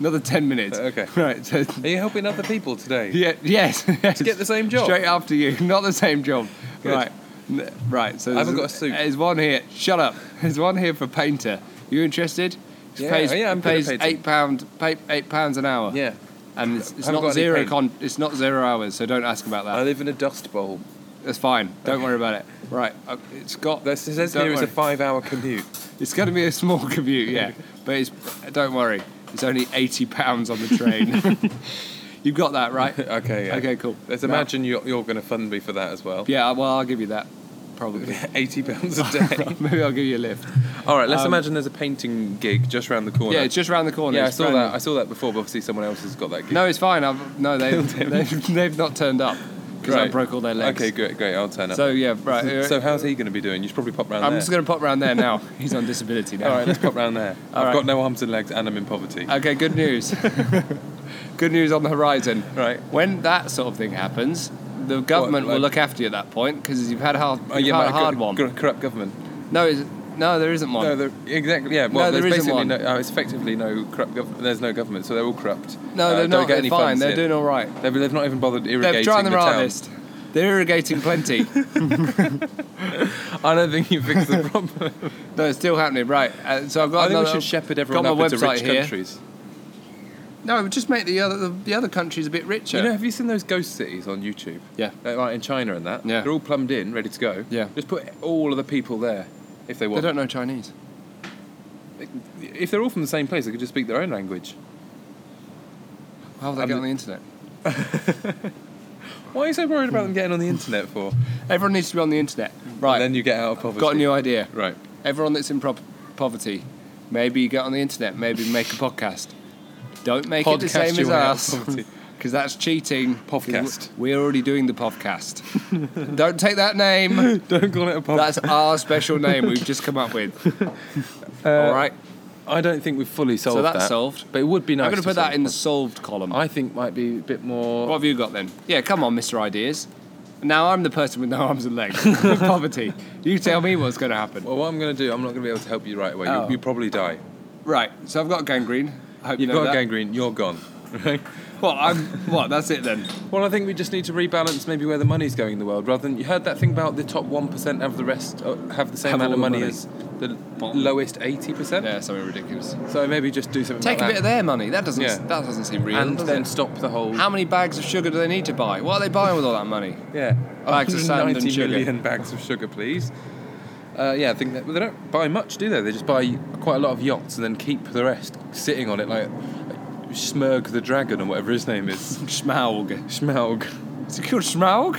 S3: Another ten minutes.
S2: Okay.
S3: Right. So,
S2: Are you helping other people today?
S3: yeah. Yes. yes.
S2: get the same job.
S3: Straight after you. Not the same job.
S2: Good.
S3: Right. N- Right. So
S2: I haven't
S3: there's-
S2: got a suit.
S3: There's one here. Shut up. There's one here for painter. You interested? It
S2: Yeah, oh,
S3: Pays,
S2: yeah, I'm good at
S3: pays
S2: painting.
S3: eight pound, pay, eight pounds an hour.
S2: Yeah.
S3: And it's, it's
S2: Haven't got
S3: not
S2: any
S3: zero
S2: paint. Uh,
S3: con. It's not zero hours. So don't ask about
S2: I
S3: that.
S2: live in a dust bowl.
S3: That's fine. Don't worry about it. Right. uh, It's got.
S2: That says
S3: don't
S2: here it's a
S3: worry.
S2: five hour commute.
S3: It's going to be a small commute, yeah. But it's don't worry, it's only eighty pounds on the train. You've got that right.
S2: okay, yeah.
S3: Okay, cool.
S2: Let's
S3: Now-
S2: imagine you're, you're going to fund me for that as well.
S3: Yeah, well, I'll give you that. Probably.
S2: £80 a day.
S3: Maybe I'll give you a lift.
S2: All right, let's
S3: Um,
S2: imagine there's a painting gig just round the corner.
S3: Yeah, it's just round the corner.
S2: yeah, I
S3: it's
S2: saw
S3: friendly.
S2: that. I saw that before, but obviously someone else has got that gig.
S3: No, it's fine. I've, no, they've, they've, they've not turned up because I
S2: Great.
S3: broke all their legs.
S2: Okay, great, great. I'll turn up.
S3: So yeah, right.
S2: so,
S3: uh,
S2: so how's he going to be doing? You should probably pop round
S3: I'm
S2: there.
S3: just going to pop round there now. He's on disability now.
S2: All right, let's pop round there. Uh, I've
S3: All right.
S2: got no arms and legs, and I'm in poverty.
S3: Okay, good news. good news on the horizon.
S2: Right.
S3: When that sort of thing happens, the government
S2: like-
S3: will look after you at that point because you've had a hard,
S2: Oh,
S3: you've
S2: yeah,
S3: had
S2: but
S3: a hard
S2: cor-
S3: one.
S2: cor- Corrupt government.
S3: No, is, no, there isn't one.
S2: No, there, exactly. Yeah. Well,
S3: No, there
S2: there's
S3: isn't
S2: basically
S3: one.
S2: no. Uh, it's effectively no corrupt. Gov- there's no government, so they're all corrupt.
S3: No,
S2: Uh,
S3: they're
S2: don't
S3: not.
S2: Get
S3: They're
S2: any
S3: fine.
S2: funds
S3: They're
S2: in.
S3: doing all right.
S2: They've, they've not even bothered irrigating
S3: They're trying their
S2: the town.
S3: hardest. They're irrigating plenty.
S2: I don't think you fixed the problem.
S3: no, it's still happening. Right. Uh, so I've got
S2: I think we
S3: another.
S2: should shepherd everyone
S3: got
S2: up
S3: my
S2: into rich
S3: website here.
S2: countries.
S3: no, just make the other the, the other countries a bit richer.
S2: You know, have you seen those ghost cities on YouTube?
S3: Yeah.
S2: They're like in China and that.
S3: Yeah.
S2: They're all plumbed in, ready to go.
S3: Yeah.
S2: Just put all of the people there if they
S3: they
S2: want.
S3: don't know Chinese.
S2: If they're all from the same place, they could just speak their own language.
S3: How would they
S2: I'm-
S3: get on the internet?
S2: Why are you so worried about them getting on the internet for?
S3: Everyone needs to be on the internet. Right.
S2: And then you get out of poverty.
S3: Got a new idea.
S2: Right.
S3: Everyone that's in prop poverty, maybe you get on the internet, maybe make a podcast. Don't make it the
S2: Podcast
S3: same as
S2: your way out of
S3: us.
S2: poverty.
S3: Because that's cheating. 'Cause w-
S2: Podcast.
S3: We're already doing the podcast. Don't take that name.
S2: Don't call it a poverty.
S3: That's our special name we've just come up with. All right.
S2: I don't think we've fully solved
S3: that's
S2: that.
S3: solved.
S2: But it would be nice.
S3: I'm going to put that
S2: solve
S3: in the
S2: one.
S3: solved column.
S2: I think might be a bit more.
S3: What have you got then? Yeah, come on, Mr. Ideas. Now I'm the person with no arms and legs. poverty. You tell me what's going to happen.
S2: Well, what I'm going to do, I'm not going to be able to help you right away.
S3: Oh.
S2: You, you probably die.
S3: Right. So I've got gangrene. I hope you
S2: You've
S3: know
S2: got
S3: that.
S2: gangrene. You're gone. Right?
S3: Well, I'm. What? That's it then.
S2: Well, I think we just need to rebalance maybe where the money's going in the world, rather than you heard that thing about the top one percent have the rest uh, have the same
S3: Have
S2: amount of
S3: all the
S2: money,
S3: money.
S2: as the
S3: Bottom.
S2: lowest eighty percent.
S3: Yeah, something ridiculous.
S2: So maybe just do something
S3: Take a
S2: like
S3: bit of
S2: that,
S3: their money. That doesn't.
S2: Yeah.
S3: That doesn't seem real.
S2: and
S3: does
S2: then
S3: it?
S2: stop the whole.
S3: how many bags of sugar do they need to buy? What are they buying with all that money?
S2: yeah,
S3: Bags of sand and
S2: 190
S3: sugar.
S2: million bags of sugar, please. Uh, yeah, I think that well, they don't buy much, do they? They just buy quite a lot of yachts and then keep the rest sitting on it, like, like Smurg the Dragon or whatever his name is.
S3: Schmaug.
S2: Schmaug.
S3: Is it called Schmaug?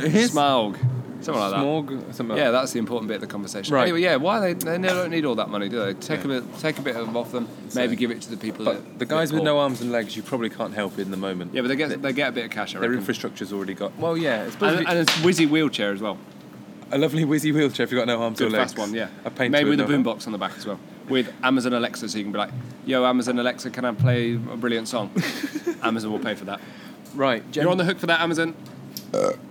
S2: His-
S3: Smaug. Something like that.
S2: Smorg, something like
S3: Yeah, that's the important bit of the conversation.
S2: Right.
S3: Anyway, yeah, why they they don't need all that money, do they? Take a bit, take a bit of off them. Maybe give it to the people.
S2: But
S3: that-
S2: the guys
S3: that
S2: with
S3: pull.
S2: no arms and legs, you probably can't help in the moment.
S3: Yeah, but they get they get a bit of cash. I
S2: Their
S3: reckon.
S2: infrastructure's already got. Well, yeah, it's supposed
S3: and,
S2: to be
S3: and it's Wizzy wheelchair as well.
S2: a lovely whizzy wheelchair if you've got no arms
S3: Good
S2: or legs.
S3: fast one, yeah.
S2: A painter
S3: Maybe with a
S2: no-
S3: boombox on the back as well. With Amazon Alexa, so you can be like, "Yo, Amazon Alexa, can I play a brilliant song?" Amazon will pay for that.
S2: Right, gen-
S3: You're on the hook for that, Amazon.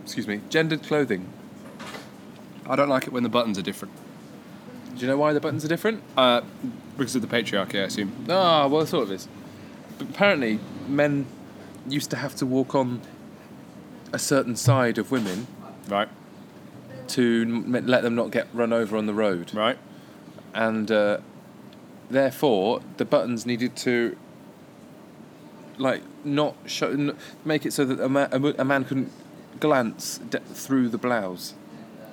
S2: excuse me. Gendered clothing.
S3: I don't like it when the buttons are different
S2: Do you know why the buttons are different?
S3: uh, because of the patriarchy, I assume.
S2: Ah, well, it sort of is. But apparently, men used to have to walk on a certain side of women
S3: Right,
S2: to n- let them not get run over on the road.
S3: right.
S2: and uh, therefore the buttons needed to like not show, n- make it so that a, ma- a, mo- a man couldn't glance d- through the blouse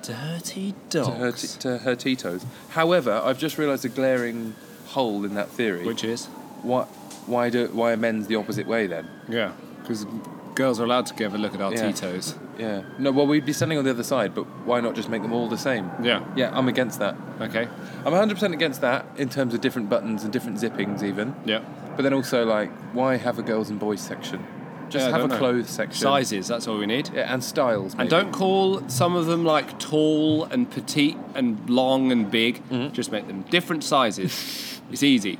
S1: Dirty
S2: to her, t- to her titos. However, I've just realised a glaring hole in that theory.
S3: Which is
S2: why why do why are men's the opposite way then?
S3: yeah, because girls are allowed to give a look at our
S2: Yeah.
S3: titos.
S2: Yeah. No. Well, we'd be standing on the other side, but why not just make them all the same?
S3: Yeah.
S2: Yeah, I'm against that.
S3: Okay.
S2: I'm 100% against that in terms of different buttons and different zippings even.
S3: Yeah.
S2: But then also, like, why have a girls and boys section? Just
S3: Yeah, I
S2: have a
S3: don't know.
S2: clothes section.
S3: Sizes. That's all we need.
S2: Yeah, and styles.
S3: And
S2: maybe.
S3: don't call some of them like tall and petite and long and big.
S2: Mm-hmm.
S3: Just make them different sizes. it's easy.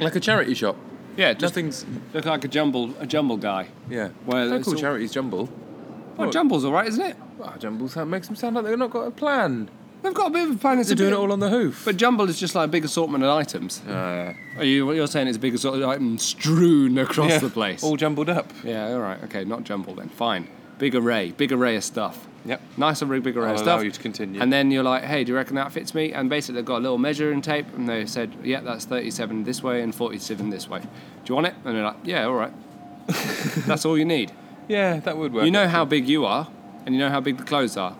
S2: like a charity shop.
S3: Yeah, just
S2: Nothing's.
S3: look like a jumble, a jumble guy.
S2: Yeah.
S3: Well,
S2: don't
S3: it's
S2: call
S3: all-
S2: charities jumble.
S3: Well,
S2: Well-
S3: jumble's all right, isn't it?
S2: Well, jumble sound makes them sound like they've not got a plan.
S3: They've got a bit of a plan. It's
S2: They're
S3: a
S2: doing it
S3: bit-
S2: all on the hoof.
S3: But jumble is just like a big assortment of items.
S2: Uh,
S3: Are you? You're saying it's a big assortment of items strewn across
S2: yeah,
S3: the place.
S2: All jumbled up.
S3: yeah. All right. Okay. Not jumble then. Fine. Big array. Big array of stuff.
S2: Yep.
S3: Nice and big array
S2: I'll
S3: of
S2: allow
S3: stuff.
S2: you to continue.
S3: And then you're like, hey, do you reckon that fits me? And basically, they've got a little measuring tape, and they said, yeah, that's 37 this way and 47 this way. Do you want it? And they're like, yeah, all right. that's all you need.
S2: Yeah, that would work.
S3: You know how big you are, and you know how big the clothes are.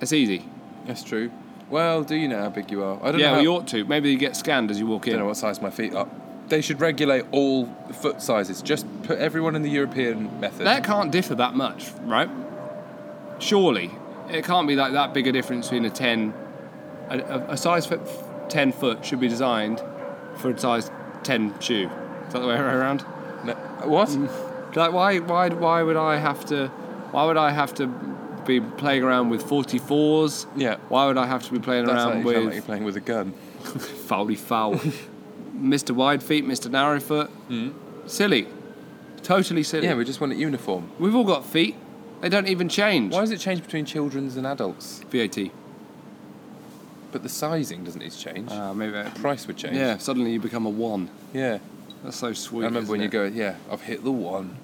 S3: That's easy.
S2: That's true. Well, do you know how big you are? I don't
S3: Yeah,
S2: know.
S3: well,
S2: how-
S3: you ought to. Maybe you get scanned as you walk
S2: don't know
S3: in.
S2: what size my feet are. They should regulate all foot sizes. Just put everyone in the European method.
S3: That can't differ that much, right? Surely, it can't be like that big a difference between a 10. A, a, a size foot, 10 foot should be designed for a size 10 shoe. Is that the way around?
S2: No- what?
S3: Like, why, why, why would I have to? Why would I have to be playing around with 44s?
S2: Yeah.
S3: Why would I have to be playing
S2: That's how
S3: around
S2: you sound like you're
S3: with
S2: playing with a gun.
S3: foul foul? Mr. Wide Feet, Mr. Narrow Foot. Silly. Totally silly.
S2: Hmm. Yeah, we just want it uniform.
S3: We've all got feet. They don't even change.
S2: Why does it change between children's and adults?
S3: VAT.
S2: But the sizing doesn't need to change.
S3: Uh, maybe.
S2: Price would change.
S3: Yeah. Suddenly you become a one.
S2: Yeah.
S3: That's so sweet.
S2: I remember
S3: isn't
S2: when you
S3: it?
S2: go, yeah, I've hit the one.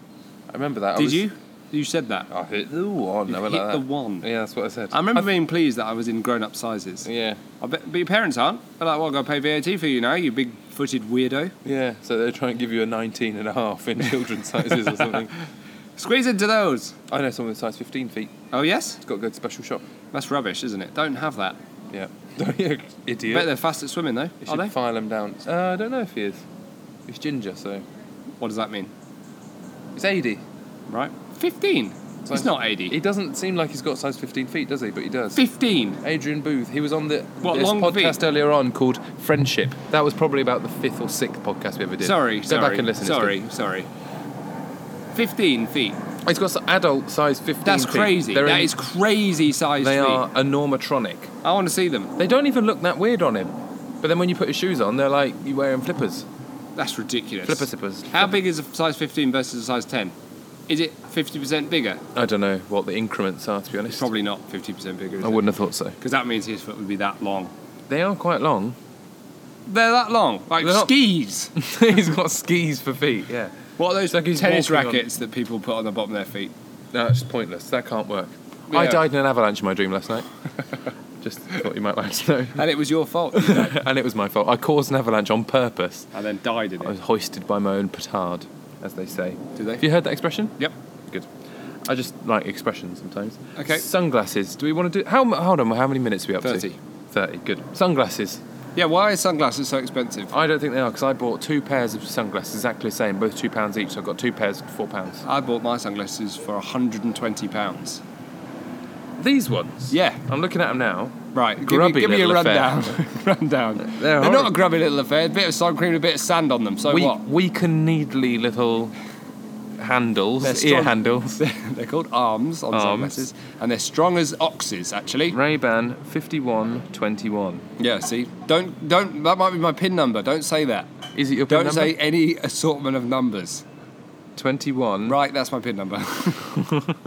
S2: I remember that. I
S3: Did
S2: was-
S3: you? You said that.
S2: I hit the one. I
S3: You
S2: went
S3: hit
S2: like
S3: the
S2: that.
S3: one.
S2: Yeah, that's what I said.
S3: I remember being pleased that I was in grown-up sizes.
S2: yeah.
S3: I bet, but your parents aren't. They're like, well, I've got to pay VAT for you now, you big-footed weirdo.
S2: Yeah. So they're trying to give you a 19 and a half in children's sizes or something.
S3: Squeeze into those.
S2: I know someone with size 15 feet.
S3: Oh, yes?
S2: It's got to go to special shop.
S3: That's rubbish, isn't it? Don't have that.
S2: Yeah. yeah. Idiot.
S3: Bet they're fast at swimming, though.
S2: They
S3: Are
S2: should
S3: they?
S2: file him down. Uh, I don't know if he is. It's Ginger, so
S3: What does that mean?
S2: it's 80.
S3: Right? 15.
S2: So
S3: It's not 80.
S2: He doesn't seem like he's got size 15 feet, does he? But he does.
S3: 15.
S2: Adrian Booth. He was on the
S3: What,
S2: this
S3: long
S2: podcast
S3: feet?
S2: earlier on called Friendship. That was probably about the fifth or sixth podcast we ever did.
S3: Sorry,
S2: go
S3: sorry.
S2: back and listen. it's
S3: Sorry, sorry. 15 feet.
S2: good. he's got s- adult size 15.
S3: That's
S2: feet.
S3: crazy.
S2: They're
S3: That is
S2: in-
S3: crazy size
S2: They
S3: feet.
S2: are enormatronic.
S3: I want to see them.
S2: They don't even look that weird on him. But then when you put his shoes on, they're like you wearing flippers,
S3: That's ridiculous.
S2: flipper slippers.
S3: How big is a size 15 versus a size 10? Is it 50% bigger?
S2: I don't know what the increments are to be honest.
S3: Probably not 50% bigger.
S2: I wouldn't have thought so.
S3: Because that means his foot would be that long.
S2: They are quite long.
S3: They're that long. Like
S2: They're not-
S3: skis.
S2: he's got skis for feet. Yeah.
S3: what are those
S2: like he's
S3: tennis
S2: walking on-
S3: rackets that people put on the bottom of their feet?
S2: No, it's pointless. That can't work. I
S3: Yeah.
S2: died in an avalanche in my dream last night. Just thought you might like to know.
S3: And it was your fault.
S2: and it was my fault. I caused an avalanche on purpose.
S3: and then died in
S2: I
S3: it.
S2: was hoisted by my own petard, as they say.
S3: Do they?
S2: Have you heard that expression?
S3: Yep.
S2: Good. I just like expressions sometimes.
S3: Okay.
S2: Sunglasses. Do we want to do? How? m- Hold on. How many minutes are we up to?
S3: 30.
S2: Thirty. Good. Sunglasses.
S3: Yeah, why are sunglasses so expensive?
S2: I don't think they are because I bought two pairs of sunglasses exactly the same, both two pounds each. So I've got two pairs for four pounds.
S3: I bought my sunglasses for £120.
S2: These ones.
S3: Yeah.
S2: I'm looking at them now.
S3: Right, give
S2: Grubby
S3: me, give me a
S2: little affair.
S3: rundown. rundown. They're,
S2: horrible.
S3: not a grubby little affair. A bit of sun cream, and a bit of sand on them. So
S2: we,
S3: what?
S2: we can needly little handles,
S3: They're
S2: ear
S3: strong-
S2: handles.
S3: They're called arms on
S2: Arms.
S3: sunglasses, and they're strong as oxes. Actually,
S2: Ray Ban 5121.
S3: yeah. See, don't don't. That might be my pin number. Don't say that.
S2: Is it your
S3: Don't
S2: pin
S3: say
S2: number?
S3: any assortment of numbers.
S2: 21.
S3: Right, that's my pin number.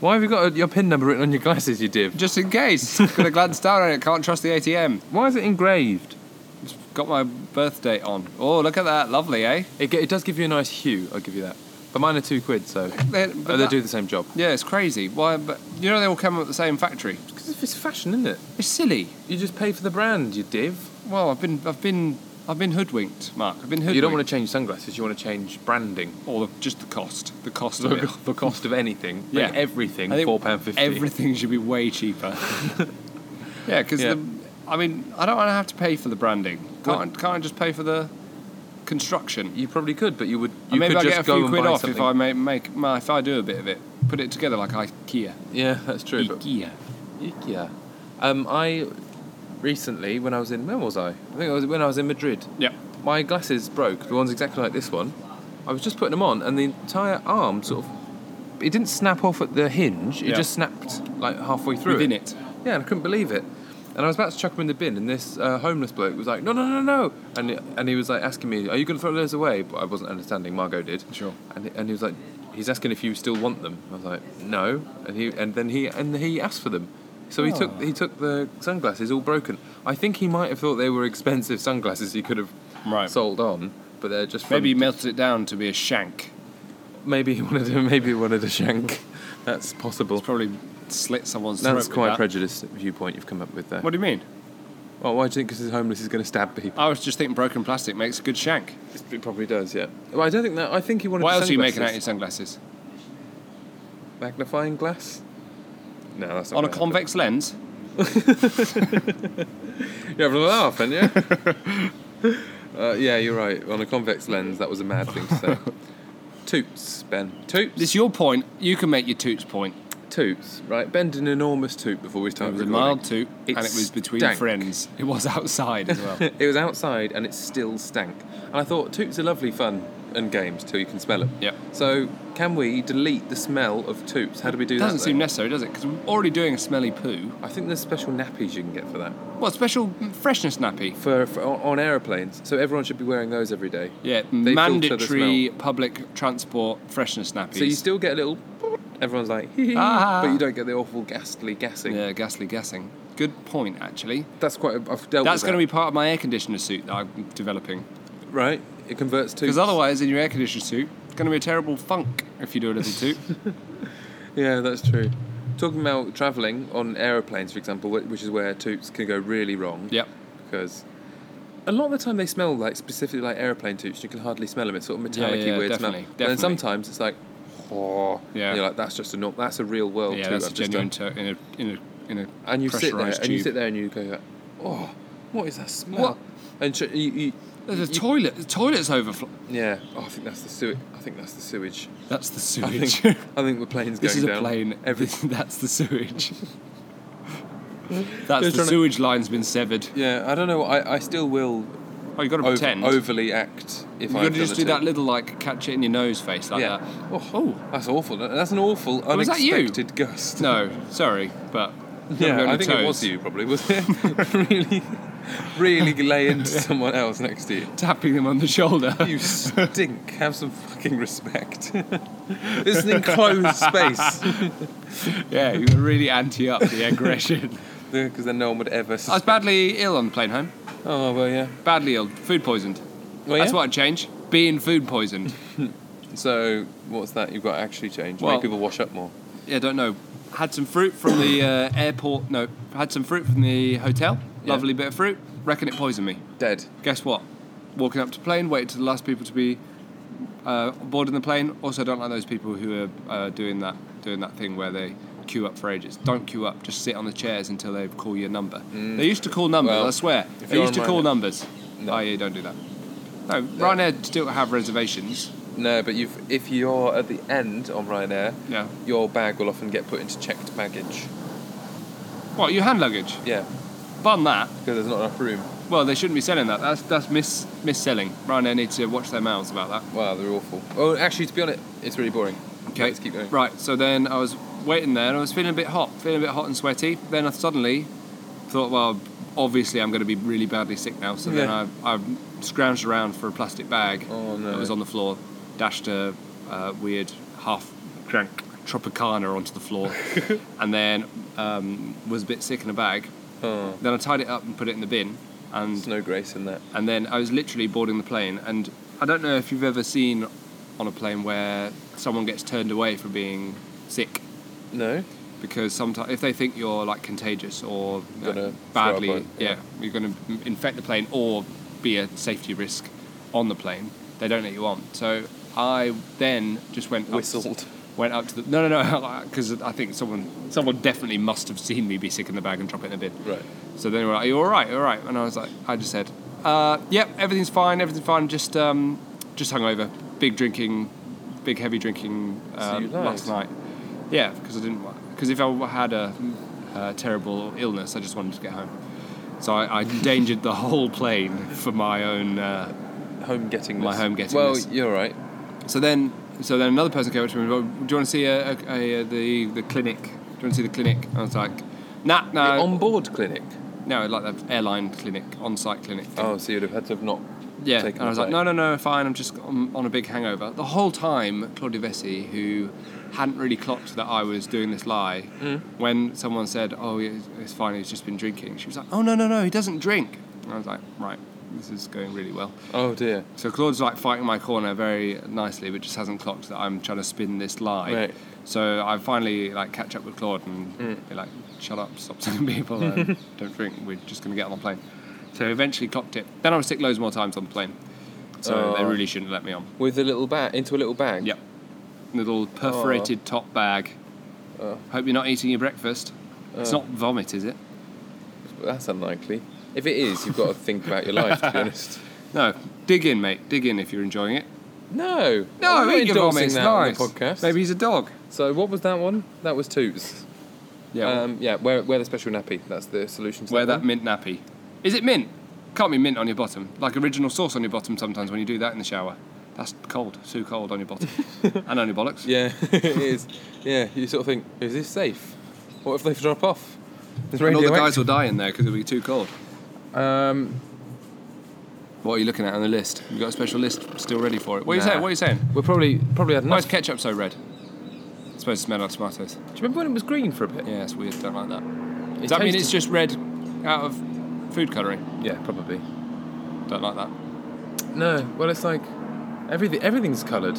S2: Why have you got your pin number written on your glasses, you div?
S3: Just in case. Could have glanced down at it. Can't trust the ATM.
S2: Why is it engraved?
S3: Got my birth date on. Oh, look at that. Lovely, eh?
S2: It, ge- it does give you a nice hue, I'll give you that. But mine are two quid, so
S3: They,
S2: Oh, they do the same job.
S3: Yeah, it's crazy. Why? But you know they all come up at the same factory.
S2: Because it's fashion, isn't it?
S3: It's silly.
S2: You just pay for the brand, you div.
S3: Well, I've been, I've been, I've been hoodwinked, Mark. I've been hoodwinked.
S2: You don't want to change sunglasses, you want to change branding.
S3: to, or the, just the cost, the cost of
S2: The,
S3: it.
S2: the cost of anything,
S3: Yeah.
S2: yeah. everything,
S3: I think
S2: £4.50.
S3: Everything should be way cheaper. yeah, because
S2: Yeah.
S3: I mean, I don't want to have to pay for the branding. Can't,
S2: What?
S3: can't I just pay for the construction?
S2: You probably could, but you would.
S3: And
S2: You
S3: maybe
S2: could
S3: I
S2: just
S3: get a
S2: go
S3: few
S2: and
S3: quid
S2: buy
S3: off if
S2: something.
S3: I make, make my, if I do a bit of it, put it together like IKEA.
S2: Yeah, that's true. But
S3: IKEA.
S2: Ikea. Um, I recently, when I was in, where was I? I think I was when I was in Madrid.
S3: Yep.
S2: My glasses broke. The ones exactly like this one. I was just putting them on, and the entire arm sort of. It didn't snap off at the hinge. It
S3: Yeah.
S2: just snapped like halfway through
S3: Within it.
S2: Yeah, and I couldn't believe it. And I was about to chuck them in the bin, and this uh, homeless bloke was like, "No, no, no, no!" And and he was like asking me, "Are you going to throw those away?" But I wasn't understanding. Margot did.
S3: Sure.
S2: And he, and he was like, "He's asking if you still want them." I was like, "No." And he and then he and he asked for them. So he took
S3: Oh.
S2: he took the sunglasses all broken. I think he might have thought they were expensive sunglasses. He could have
S3: Right.
S2: sold on, but they're just from-
S3: Maybe you melted it down to be a shank.
S2: maybe he wanted a, maybe he wanted a shank. That's possible.
S3: It's probably slit someone's throat.
S2: That's
S3: with
S2: quite
S3: that.
S2: prejudiced viewpoint you've come up with there.
S3: What do you mean?
S2: Well, why do you think because he's homeless he's going to stab people?
S3: I was just thinking broken plastic makes a good shank.
S2: It probably does, yeah. Well, I don't think that. I think he wanted.
S3: What
S2: the
S3: else are you making out of your
S2: sunglasses.
S3: sunglasses?
S2: Magnifying glass. No, that's not
S3: On a
S2: gonna
S3: convex lens?
S2: happen. You're having a laugh, aren't you? uh, yeah, you're right. On a convex lens, that was a mad thing to say. toots, Ben. Toots.
S3: It's your point. You can make your toots point.
S2: toots. Right, Ben did an enormous toot before we
S3: It
S2: started.
S3: was a
S2: recording.
S3: mild toot,
S2: It
S3: and it was between
S2: stank.
S3: friends. It was outside as well.
S2: It was outside and it still stank. And I thought toots are lovely fun and games till you can smell them.
S3: Yep.
S2: So can we delete the smell of toots? How do we do
S3: It
S2: that?
S3: doesn't
S2: though?
S3: seem necessary, does it? Because we're already doing a smelly poo.
S2: I think there's special nappies you can get for that.
S3: What special freshness nappy?
S2: for, for on, on aeroplanes. So everyone should be wearing those every day.
S3: Yeah,
S2: They filter the
S3: mandatory public transport freshness nappies.
S2: So you still get a little. Everyone's like, hee hee,
S3: Ah.
S2: but you don't get the awful ghastly gassing.
S3: yeah, ghastly gassing. Good point, actually.
S2: That's quite. a- I've dealt
S3: That's
S2: with
S3: going to be part of my air conditioner suit that I'm developing.
S2: to be right. It converts to.
S3: Because otherwise, in your air conditioner suit, it's going to be a terrible funk if you do a little toot.
S2: Yeah, that's true. Talking about travelling on aeroplanes, for example, wh- which is where toots can go really wrong.
S3: yep.
S2: Because a lot of the time they smell like specifically like aeroplane toots. You can hardly smell them. It's sort of metallic
S3: yeah,
S2: weird smell.
S3: definitely,
S2: And then
S3: definitely.
S2: sometimes it's like, oh,
S3: Yeah.
S2: you're like that's just a nor- that's a real world
S3: Yeah,
S2: toot.
S3: that's a
S2: I've Oh, just
S3: genuine
S2: done."
S3: toot in a in an in a
S2: and you sit there
S3: pressurized
S2: and you
S3: tube.
S2: sit there and you go, oh, what is that smell? And so you, you,
S3: There's a
S2: you-
S3: toilet. The toilet's overflowing.
S2: yeah, oh, I think that's the sewage. I think that's the sewage.
S3: That's the
S2: I
S3: sewage.
S2: think I think the plane's going
S3: this is a
S2: down.
S3: plane.
S2: Every,
S3: That's the sewage. That's
S2: They're
S3: the
S2: trying to-
S3: sewage line's been severed.
S2: yeah, I don't know. I, I still will
S3: Oh, you got to
S2: ov-
S3: pretend.
S2: overly act if
S3: you
S2: I
S3: got to just do that little like catch it in your nose face like
S2: Yeah.
S3: that.
S2: Oh,
S3: Oh
S2: that's awful. That's an awful
S3: was that you?
S2: unexpected gust.
S3: no, sorry, but on
S2: Yeah, I
S3: your
S2: think it was
S3: toes.
S2: you probably. Was it really, really lay into someone else next to you?
S3: tapping them on the shoulder.
S2: You stink. Have some fucking respect. this is an enclosed space.
S3: yeah, you were really anti up the aggression.
S2: Because then no one would ever.
S3: I was badly ill on the plane home.
S2: Oh well, yeah.
S3: Badly ill, food poisoned.
S2: Well,
S3: That's
S2: yeah.
S3: what I change. Being food poisoned.
S2: So what's that? You've got to actually change.
S3: Well-
S2: Make people wash up more.
S3: yeah, don't know. Had some fruit from the uh, airport. No, had some fruit from the hotel.
S2: Yeah.
S3: Lovely bit of fruit. Reckon it poisoned me.
S2: Dead.
S3: Guess what? Walking up to plane, waited to the last people to be uh, boarding the plane. Also, don't like those people who are uh, doing that doing that thing where they queue up for ages. Don't queue up. Just sit on the chairs until they call your number. They used to call numbers.
S2: Mm. Well,
S3: I swear.
S2: if
S3: They
S2: you're
S3: used to
S2: on
S3: call
S2: Ryanair-
S3: numbers.
S2: No.
S3: Oh yeah, don't do that. No, Ryanair still have reservations.
S2: No, but you've, if you're at the end on Ryanair,
S3: Yeah.
S2: your bag will often get put into checked baggage.
S3: What your hand luggage?
S2: Yeah,
S3: Bun that.
S2: because there's not enough room.
S3: Well, they shouldn't be selling that. That's that's mis mis-selling. Ryanair need to watch their mouths about that.
S2: Wow, they're awful. Oh, actually, to be honest, it's really boring. Let's keep going.
S3: Right. So then I was waiting there, and I was feeling a bit hot, feeling a bit hot and sweaty. Then I suddenly thought, well, obviously I'm going to be really badly sick now. So then
S2: Yeah.
S3: I, I scrounged around for a plastic bag
S2: Oh, no.
S3: that was on the floor, dashed a uh, weird half drank Tropicana onto the floor, and then um, was a bit sick in a bag.
S2: Oh,
S3: Then I tied it up and put it in the bin, and
S2: there's no grace in that.
S3: and then I was literally boarding the plane. And I don't know if you've ever seen on a plane where someone gets turned away for being sick
S2: No.
S3: because sometimes if they think you're like contagious or you know,
S2: Gonna throw
S3: badly,
S2: up on-
S3: yeah.
S2: yeah.
S3: you're going to infect the plane or be a safety risk on the plane. They don't let you on. So I then just went up-
S2: Whistled.
S3: Went up to the no no no because I think someone someone definitely must have seen me be sick in the bag and drop it in the bin.
S2: Right.
S3: So they were like, "Are you all right? All right?" And I was like, "I just said, uh, yep, everything's fine, everything's fine. Just, um, just hungover, big drinking, big heavy drinking
S2: So
S3: um,
S2: you lied.
S3: last night. Yeah, because I didn't. Because if I had a, uh terrible illness, I just wanted to get home. So I, I endangered the whole plane for my own. Uh,
S2: Home getting
S3: My home getting
S2: Well,
S3: list.
S2: you're right.
S3: so then, so then another person came up to me. Well, do you want to see a, a, a, the the clinic? Do you want to see the clinic? And I was like, Nah, no,
S2: The on-board clinic.
S3: no, like the airline clinic, on-site clinic. thing.
S2: Oh, so you'd have had to have not.
S3: Yeah,
S2: taken
S3: and I was
S2: the
S3: like, no, no,
S2: bite.
S3: no, fine. I'm just on, on a big hangover. The whole time, Claudia Vessi, who hadn't really clocked that I was doing this lie,
S2: Hmm.
S3: when someone said, "Oh, yeah, it's- it's fine. He's just been drinking," she was like, "Oh no, no, no, he doesn't drink." And I was like, "Right, this is going really well."
S2: Oh dear.
S3: So Claude's like fighting my corner very nicely, but just hasn't clocked that I'm trying to spin this lie.
S2: Right.
S3: So I finally like catch up with Claude and
S2: Mm.
S3: be like, "Shut up! Stop telling people I don't drink. We're just going to get on the plane." So eventually clocked it. Then I was sick loads more times on the plane, so they
S2: Oh.
S3: really shouldn't let me on.
S2: With a little bag into a little bag.
S3: Yep. Little perforated top bag.
S2: Oh.
S3: Hope you're not eating your breakfast. it's not vomit, is it?
S2: That's unlikely. If it is, you've got to think about your life. To be honest.
S3: No. Dig in, mate. Dig in if you're enjoying it.
S2: No.
S3: No,
S2: I'm not
S3: eat your vomit.
S2: endorsing
S3: It's
S2: that
S3: nice.
S2: on the podcast.
S3: Maybe he's a dog.
S2: So what was that one? That was twos.
S3: Yeah.
S2: Um, yeah. Wear, wear the special nappy. That's the solution. To
S3: Wear that
S2: one.
S3: mint nappy. Is it mint? Can't be mint on your bottom. Like original sauce on your bottom sometimes when you do that in the shower. That's cold, too cold on your bottom. and on your bollocks.
S2: Yeah, it is. Yeah, you sort of think, is this safe? What if they drop off? There's
S3: And all the guys
S2: radioactive-
S3: will die in there because it'll be too cold.
S2: Um,
S3: What are you looking at on the list? You've got a special list still ready for it. What are you
S2: Nah.
S3: saying? What are you saying?
S2: we're probably probably had
S3: Why is
S2: enough.
S3: ketchup so red? It's supposed to smell like tomatoes.
S2: Do you remember when it was green for a bit?
S3: Yeah, it's weird. Don't like that.
S2: It
S3: Does that mean
S2: tasted-
S3: it's just red out of food colouring?
S2: yeah, probably.
S3: Don't like that.
S2: No, well, it's like everything everything's coloured.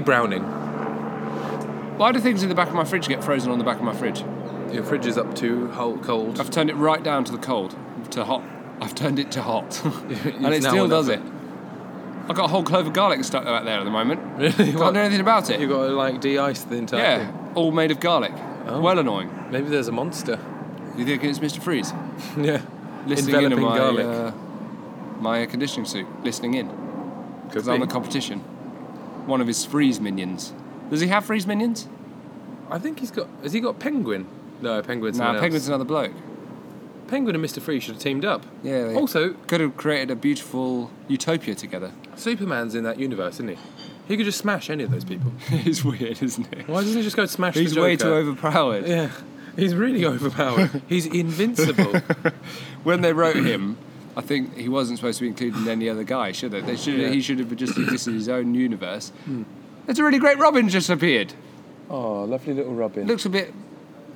S3: Why-
S2: browning.
S3: Why do things in the back of my fridge get frozen on the back of my fridge?
S2: Your fridge is up to whole cold.
S3: I've turned it right down to the cold, to hot. I've turned it to hot, and it
S2: now
S3: still
S2: on that
S3: does
S2: bit.
S3: it. I've got a whole clove of garlic stuck out there at the moment.
S2: Really?
S3: Can't do
S2: What?
S3: anything about
S2: You've
S3: it.
S2: got to like de-ice the entire
S3: Yeah, all made of garlic.
S2: Oh.
S3: Well annoying.
S2: thing. Maybe there's a monster.
S3: You think it's Mr. Freeze?
S2: yeah.
S3: Listening in on
S2: Enveloping
S3: my,
S2: garlic.
S3: uh, my uh, conditioning suit. Listening in.
S2: Could
S3: Because I'm
S2: be.
S3: the competition. One of his freeze minions. Does he have freeze minions?
S2: I think he's got. Has he got penguin? No, penguin's
S3: No,
S2: someone else.
S3: Penguin's another bloke.
S2: Penguin and Mr. Freeze should have teamed up.
S3: Yeah. They
S2: Also,
S3: could have created a beautiful utopia together.
S2: Superman's in that universe, isn't he? He could just smash any of those people.
S3: it's weird, isn't it?
S2: Why doesn't he just go smash
S3: He's
S2: the Joker?
S3: way too overpowered.
S2: Yeah, he's really overpowered. he's invincible.
S3: When they wrote him, I think he wasn't supposed to be included in any other guy, should they? they should,
S2: Yeah. Hmm.
S3: He should have just existed in his own universe. There's a really great Robin just appeared.
S2: oh, lovely little Robin.
S3: Looks a bit,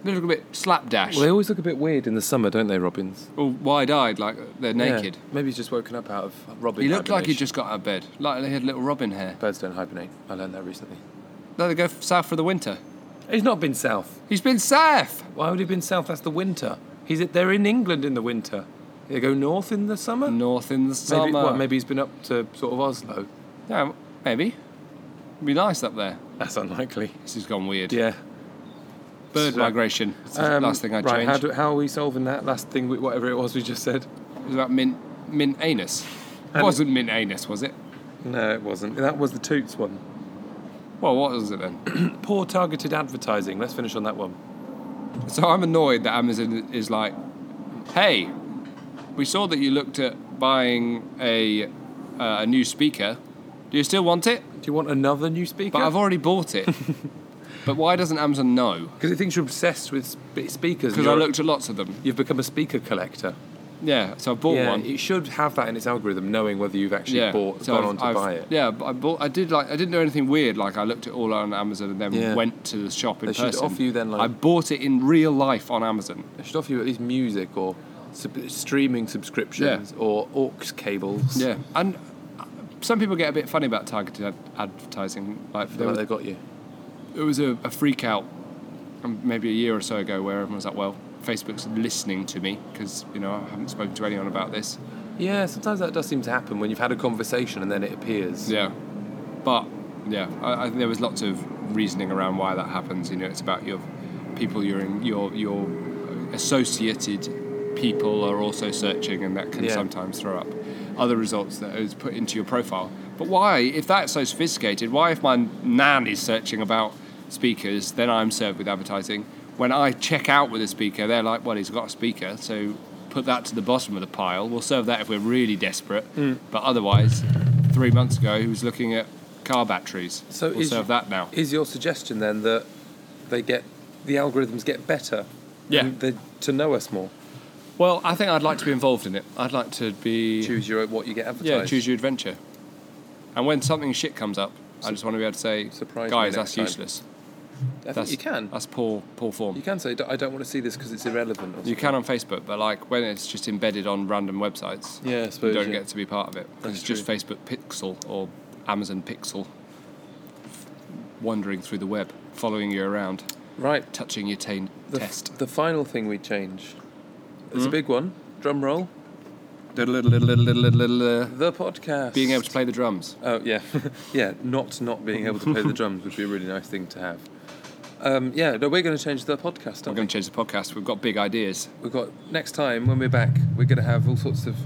S3: looks a bit slapdash,
S2: Well, they always look a bit weird in the summer, don't they, Robins?
S3: all wide-eyed, like they're
S2: Yeah.
S3: naked.
S2: Maybe he's just woken up out of Robin.
S3: He looked like he
S2: hibernation.
S3: just got out of bed, like he had little Robin hair.
S2: Birds don't hibernate. I learned that recently.
S3: No, they go f- south for the winter.
S2: He's not been south.
S3: He's been south.
S2: Why would he have been south? That's the winter. He's they're in England in the winter. They go north in the summer.
S3: North in the summer.
S2: Maybe, well, maybe he's been up to sort of Oslo.
S3: Yeah, maybe. Be nice up there.
S2: That's unlikely.
S3: This has gone weird.
S2: Yeah.
S3: Bird
S2: So- um,
S3: migration. That's the last thing I
S2: right,
S3: changed.
S2: How, do, how are we solving that last thing, we, whatever it was we just said?
S3: It was about mint, mint anus. It
S2: And-
S3: wasn't mint anus, was it?
S2: No, it wasn't. That was the Toots one.
S3: Well, what was it then?
S2: Poor targeted advertising. Let's finish on that one.
S3: so I'm annoyed that Amazon is like, hey, we saw that you looked at buying a, uh, a new speaker. Do you still want it?
S2: Do you want another new speaker?
S3: But I've already bought it. but why doesn't Amazon know?
S2: Because it thinks you're obsessed with spe- speakers. and
S3: Because I
S2: you're-
S3: looked at lots of them.
S2: You've become a speaker collector.
S3: Yeah, so I bought
S2: yeah,
S3: one.
S2: it should have that in its algorithm, knowing whether you've actually
S3: yeah,
S2: bought,
S3: so
S2: gone
S3: I've-
S2: on to
S3: I've-
S2: buy it.
S3: Yeah, but I bought. I did like. I didn't do anything weird. Like I looked at all on Amazon and then
S2: Yeah.
S3: went to the shop in
S2: They should
S3: person.
S2: offer you then, like-
S3: I bought it in real life on Amazon.
S2: It should offer you at least music or sub- streaming subscriptions or aux cables.
S3: Yeah, and uh, some people get a bit funny about targeted ad- advertising. Like,
S2: Feel
S3: there
S2: like
S3: was,
S2: they got you.
S3: it was a, a freak out um, maybe a year or so ago where everyone was like, "Well, Facebook's listening to me because you know I haven't spoken to anyone about this."
S2: Yeah, sometimes that does seem to happen when you've had a conversation and then it appears.
S3: Yeah, but yeah, I, I, there was lots of reasoning around why that happens. You know, it's about your people, you're in, your your associated people are also searching, and that can
S2: Yeah.
S3: sometimes throw up other results that is put into your profile. But why, if that's so sophisticated, why if my nan is searching about speakers, then I'm served with advertising. When I check out with a speaker, they're like, "Well, he's got a speaker, so." Put that to the bottom of the pile. We'll serve that if we're really desperate. But otherwise, three months ago, he was looking at car batteries.
S2: So
S3: we'll
S2: is-
S3: serve that now.
S2: Is your suggestion then that they get the algorithms get better?
S3: Yeah.
S2: and they, to know us more.
S3: Well, I think I'd like to be involved in it. I'd like to be
S2: Choose your what you get advertised.
S3: yeah, choose your adventure. And when something shit comes up, I just want to be able to say,
S2: Surprise me
S3: guys, that's
S2: next time."
S3: useless.
S2: I think
S3: That's,
S2: you can.
S3: That's poor, poor form.
S2: You
S3: You
S2: can say "D- I don't want to see this because it's irrelevant. Or
S3: can, on Facebook, but like when it's just embedded on random websites,
S2: Yeah, I
S3: you
S2: suppose,
S3: don't
S2: yeah.
S3: get to be part of it. 'Cause
S2: That's
S3: It's just Facebook Pixel or Amazon Pixel, f- wandering through the web, following you around,
S2: Right.
S3: touching your tain-
S2: The, f-
S3: test.
S2: the final thing we change. It's a big one. Drum roll. The podcast.
S3: Being able to play the drums.
S2: Oh yeah, yeah. Not not being able to play the drums would be a really nice thing to have. Um, yeah, no, we're going to change the podcast.
S3: We're
S2: aren't
S3: going to change the podcast. We've got big ideas.
S2: We've got next time when we're back, we're going to have all sorts of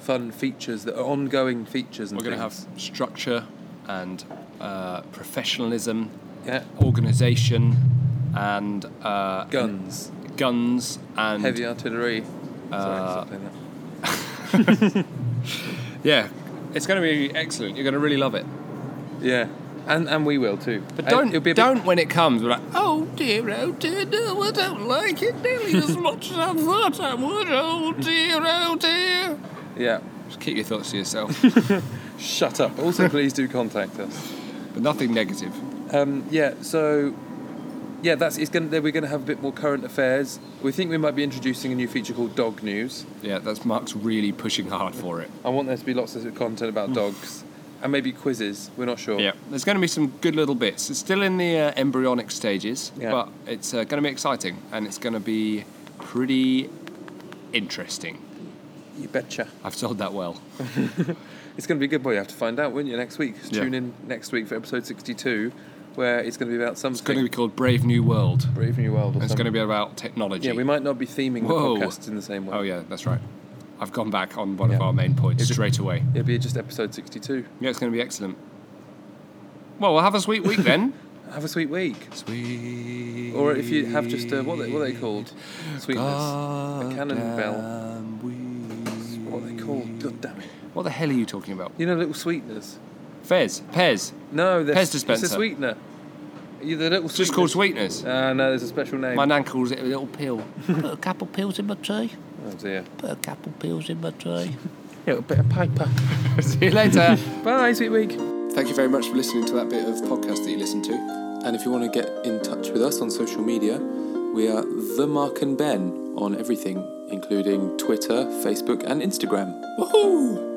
S2: fun features that are ongoing features. And
S3: We're going to have
S2: things.
S3: structure and uh, professionalism,
S2: yeah,
S3: organisation, and uh,
S2: guns,
S3: guns and
S2: heavy artillery. Sorry,
S3: Uh,
S2: stop playing that.
S3: yeah. It's going to be excellent. You're going to really love it.
S2: Yeah, and and we will too.
S3: But
S2: Uh,
S3: don't
S2: it'll be a bit-
S3: don't when it comes. We're like, oh dear, oh dear, no, I don't like it nearly as much as I thought I would. Oh dear, oh dear.
S2: yeah,
S3: Just keep your thoughts to yourself,
S2: shut up. Also, please do contact us.
S3: but nothing negative.
S2: Um, yeah, so yeah, that's it's going. to We're going to have a bit more current affairs. We think we might be introducing a new feature called Dog News.
S3: Yeah, that's Mark's really pushing hard for it.
S2: I want there to be lots of content about dogs and maybe quizzes. We're not sure.
S3: Hmm. Yeah, there's going to be some good little bits. It's still in the uh, embryonic stages,
S2: Yeah.
S3: but it's uh, going to be exciting and it's going to be pretty interesting.
S2: You betcha.
S3: I've sold that well.
S2: It's going to be good, boy. You have to find out, won't you, next week?
S3: Yeah.
S2: Tune in next week for episode 62, where it's going to be about something.
S3: It's going to be called Brave New World. And
S2: Brave New World or
S3: it's
S2: something.
S3: going to be about technology.
S2: yeah, we might not be theming
S3: Whoa.
S2: the podcasts in the same way.
S3: Oh yeah, that's right. I've gone back on one of
S2: Yeah.
S3: our main points
S2: Is it-
S3: straight away.
S2: It'll be just episode 62.
S3: Yeah, it's going to be excellent. Well, we'll have a sweet week then.
S2: Have a sweet week.
S3: sweet.
S2: Or if you have just a, what, they, what are they called? Sweetness. a cannon bell. What are they called? God damn it.
S3: What the hell are you talking about?
S2: You know, little sweeteners.
S3: Fez, Pez.
S2: No, they're,
S3: Pez
S2: it's
S3: dispenser.
S2: a sweetener. You the little
S3: It's just called sweetness.
S2: Uh, no, there's a special name.
S3: My nan calls it a little pill.
S4: Put a couple pills in my tea.
S2: oh dear.
S4: Put a couple pills in my tea.
S2: Little bit of paper.
S3: See you later.
S2: Bye, sweet week.
S5: Thank you very much for listening to that bit of podcast that you listened to. And if you want to get in touch with us on social media, we are The Mark and Ben on everything, including Twitter, Facebook, and Instagram. Woohoo!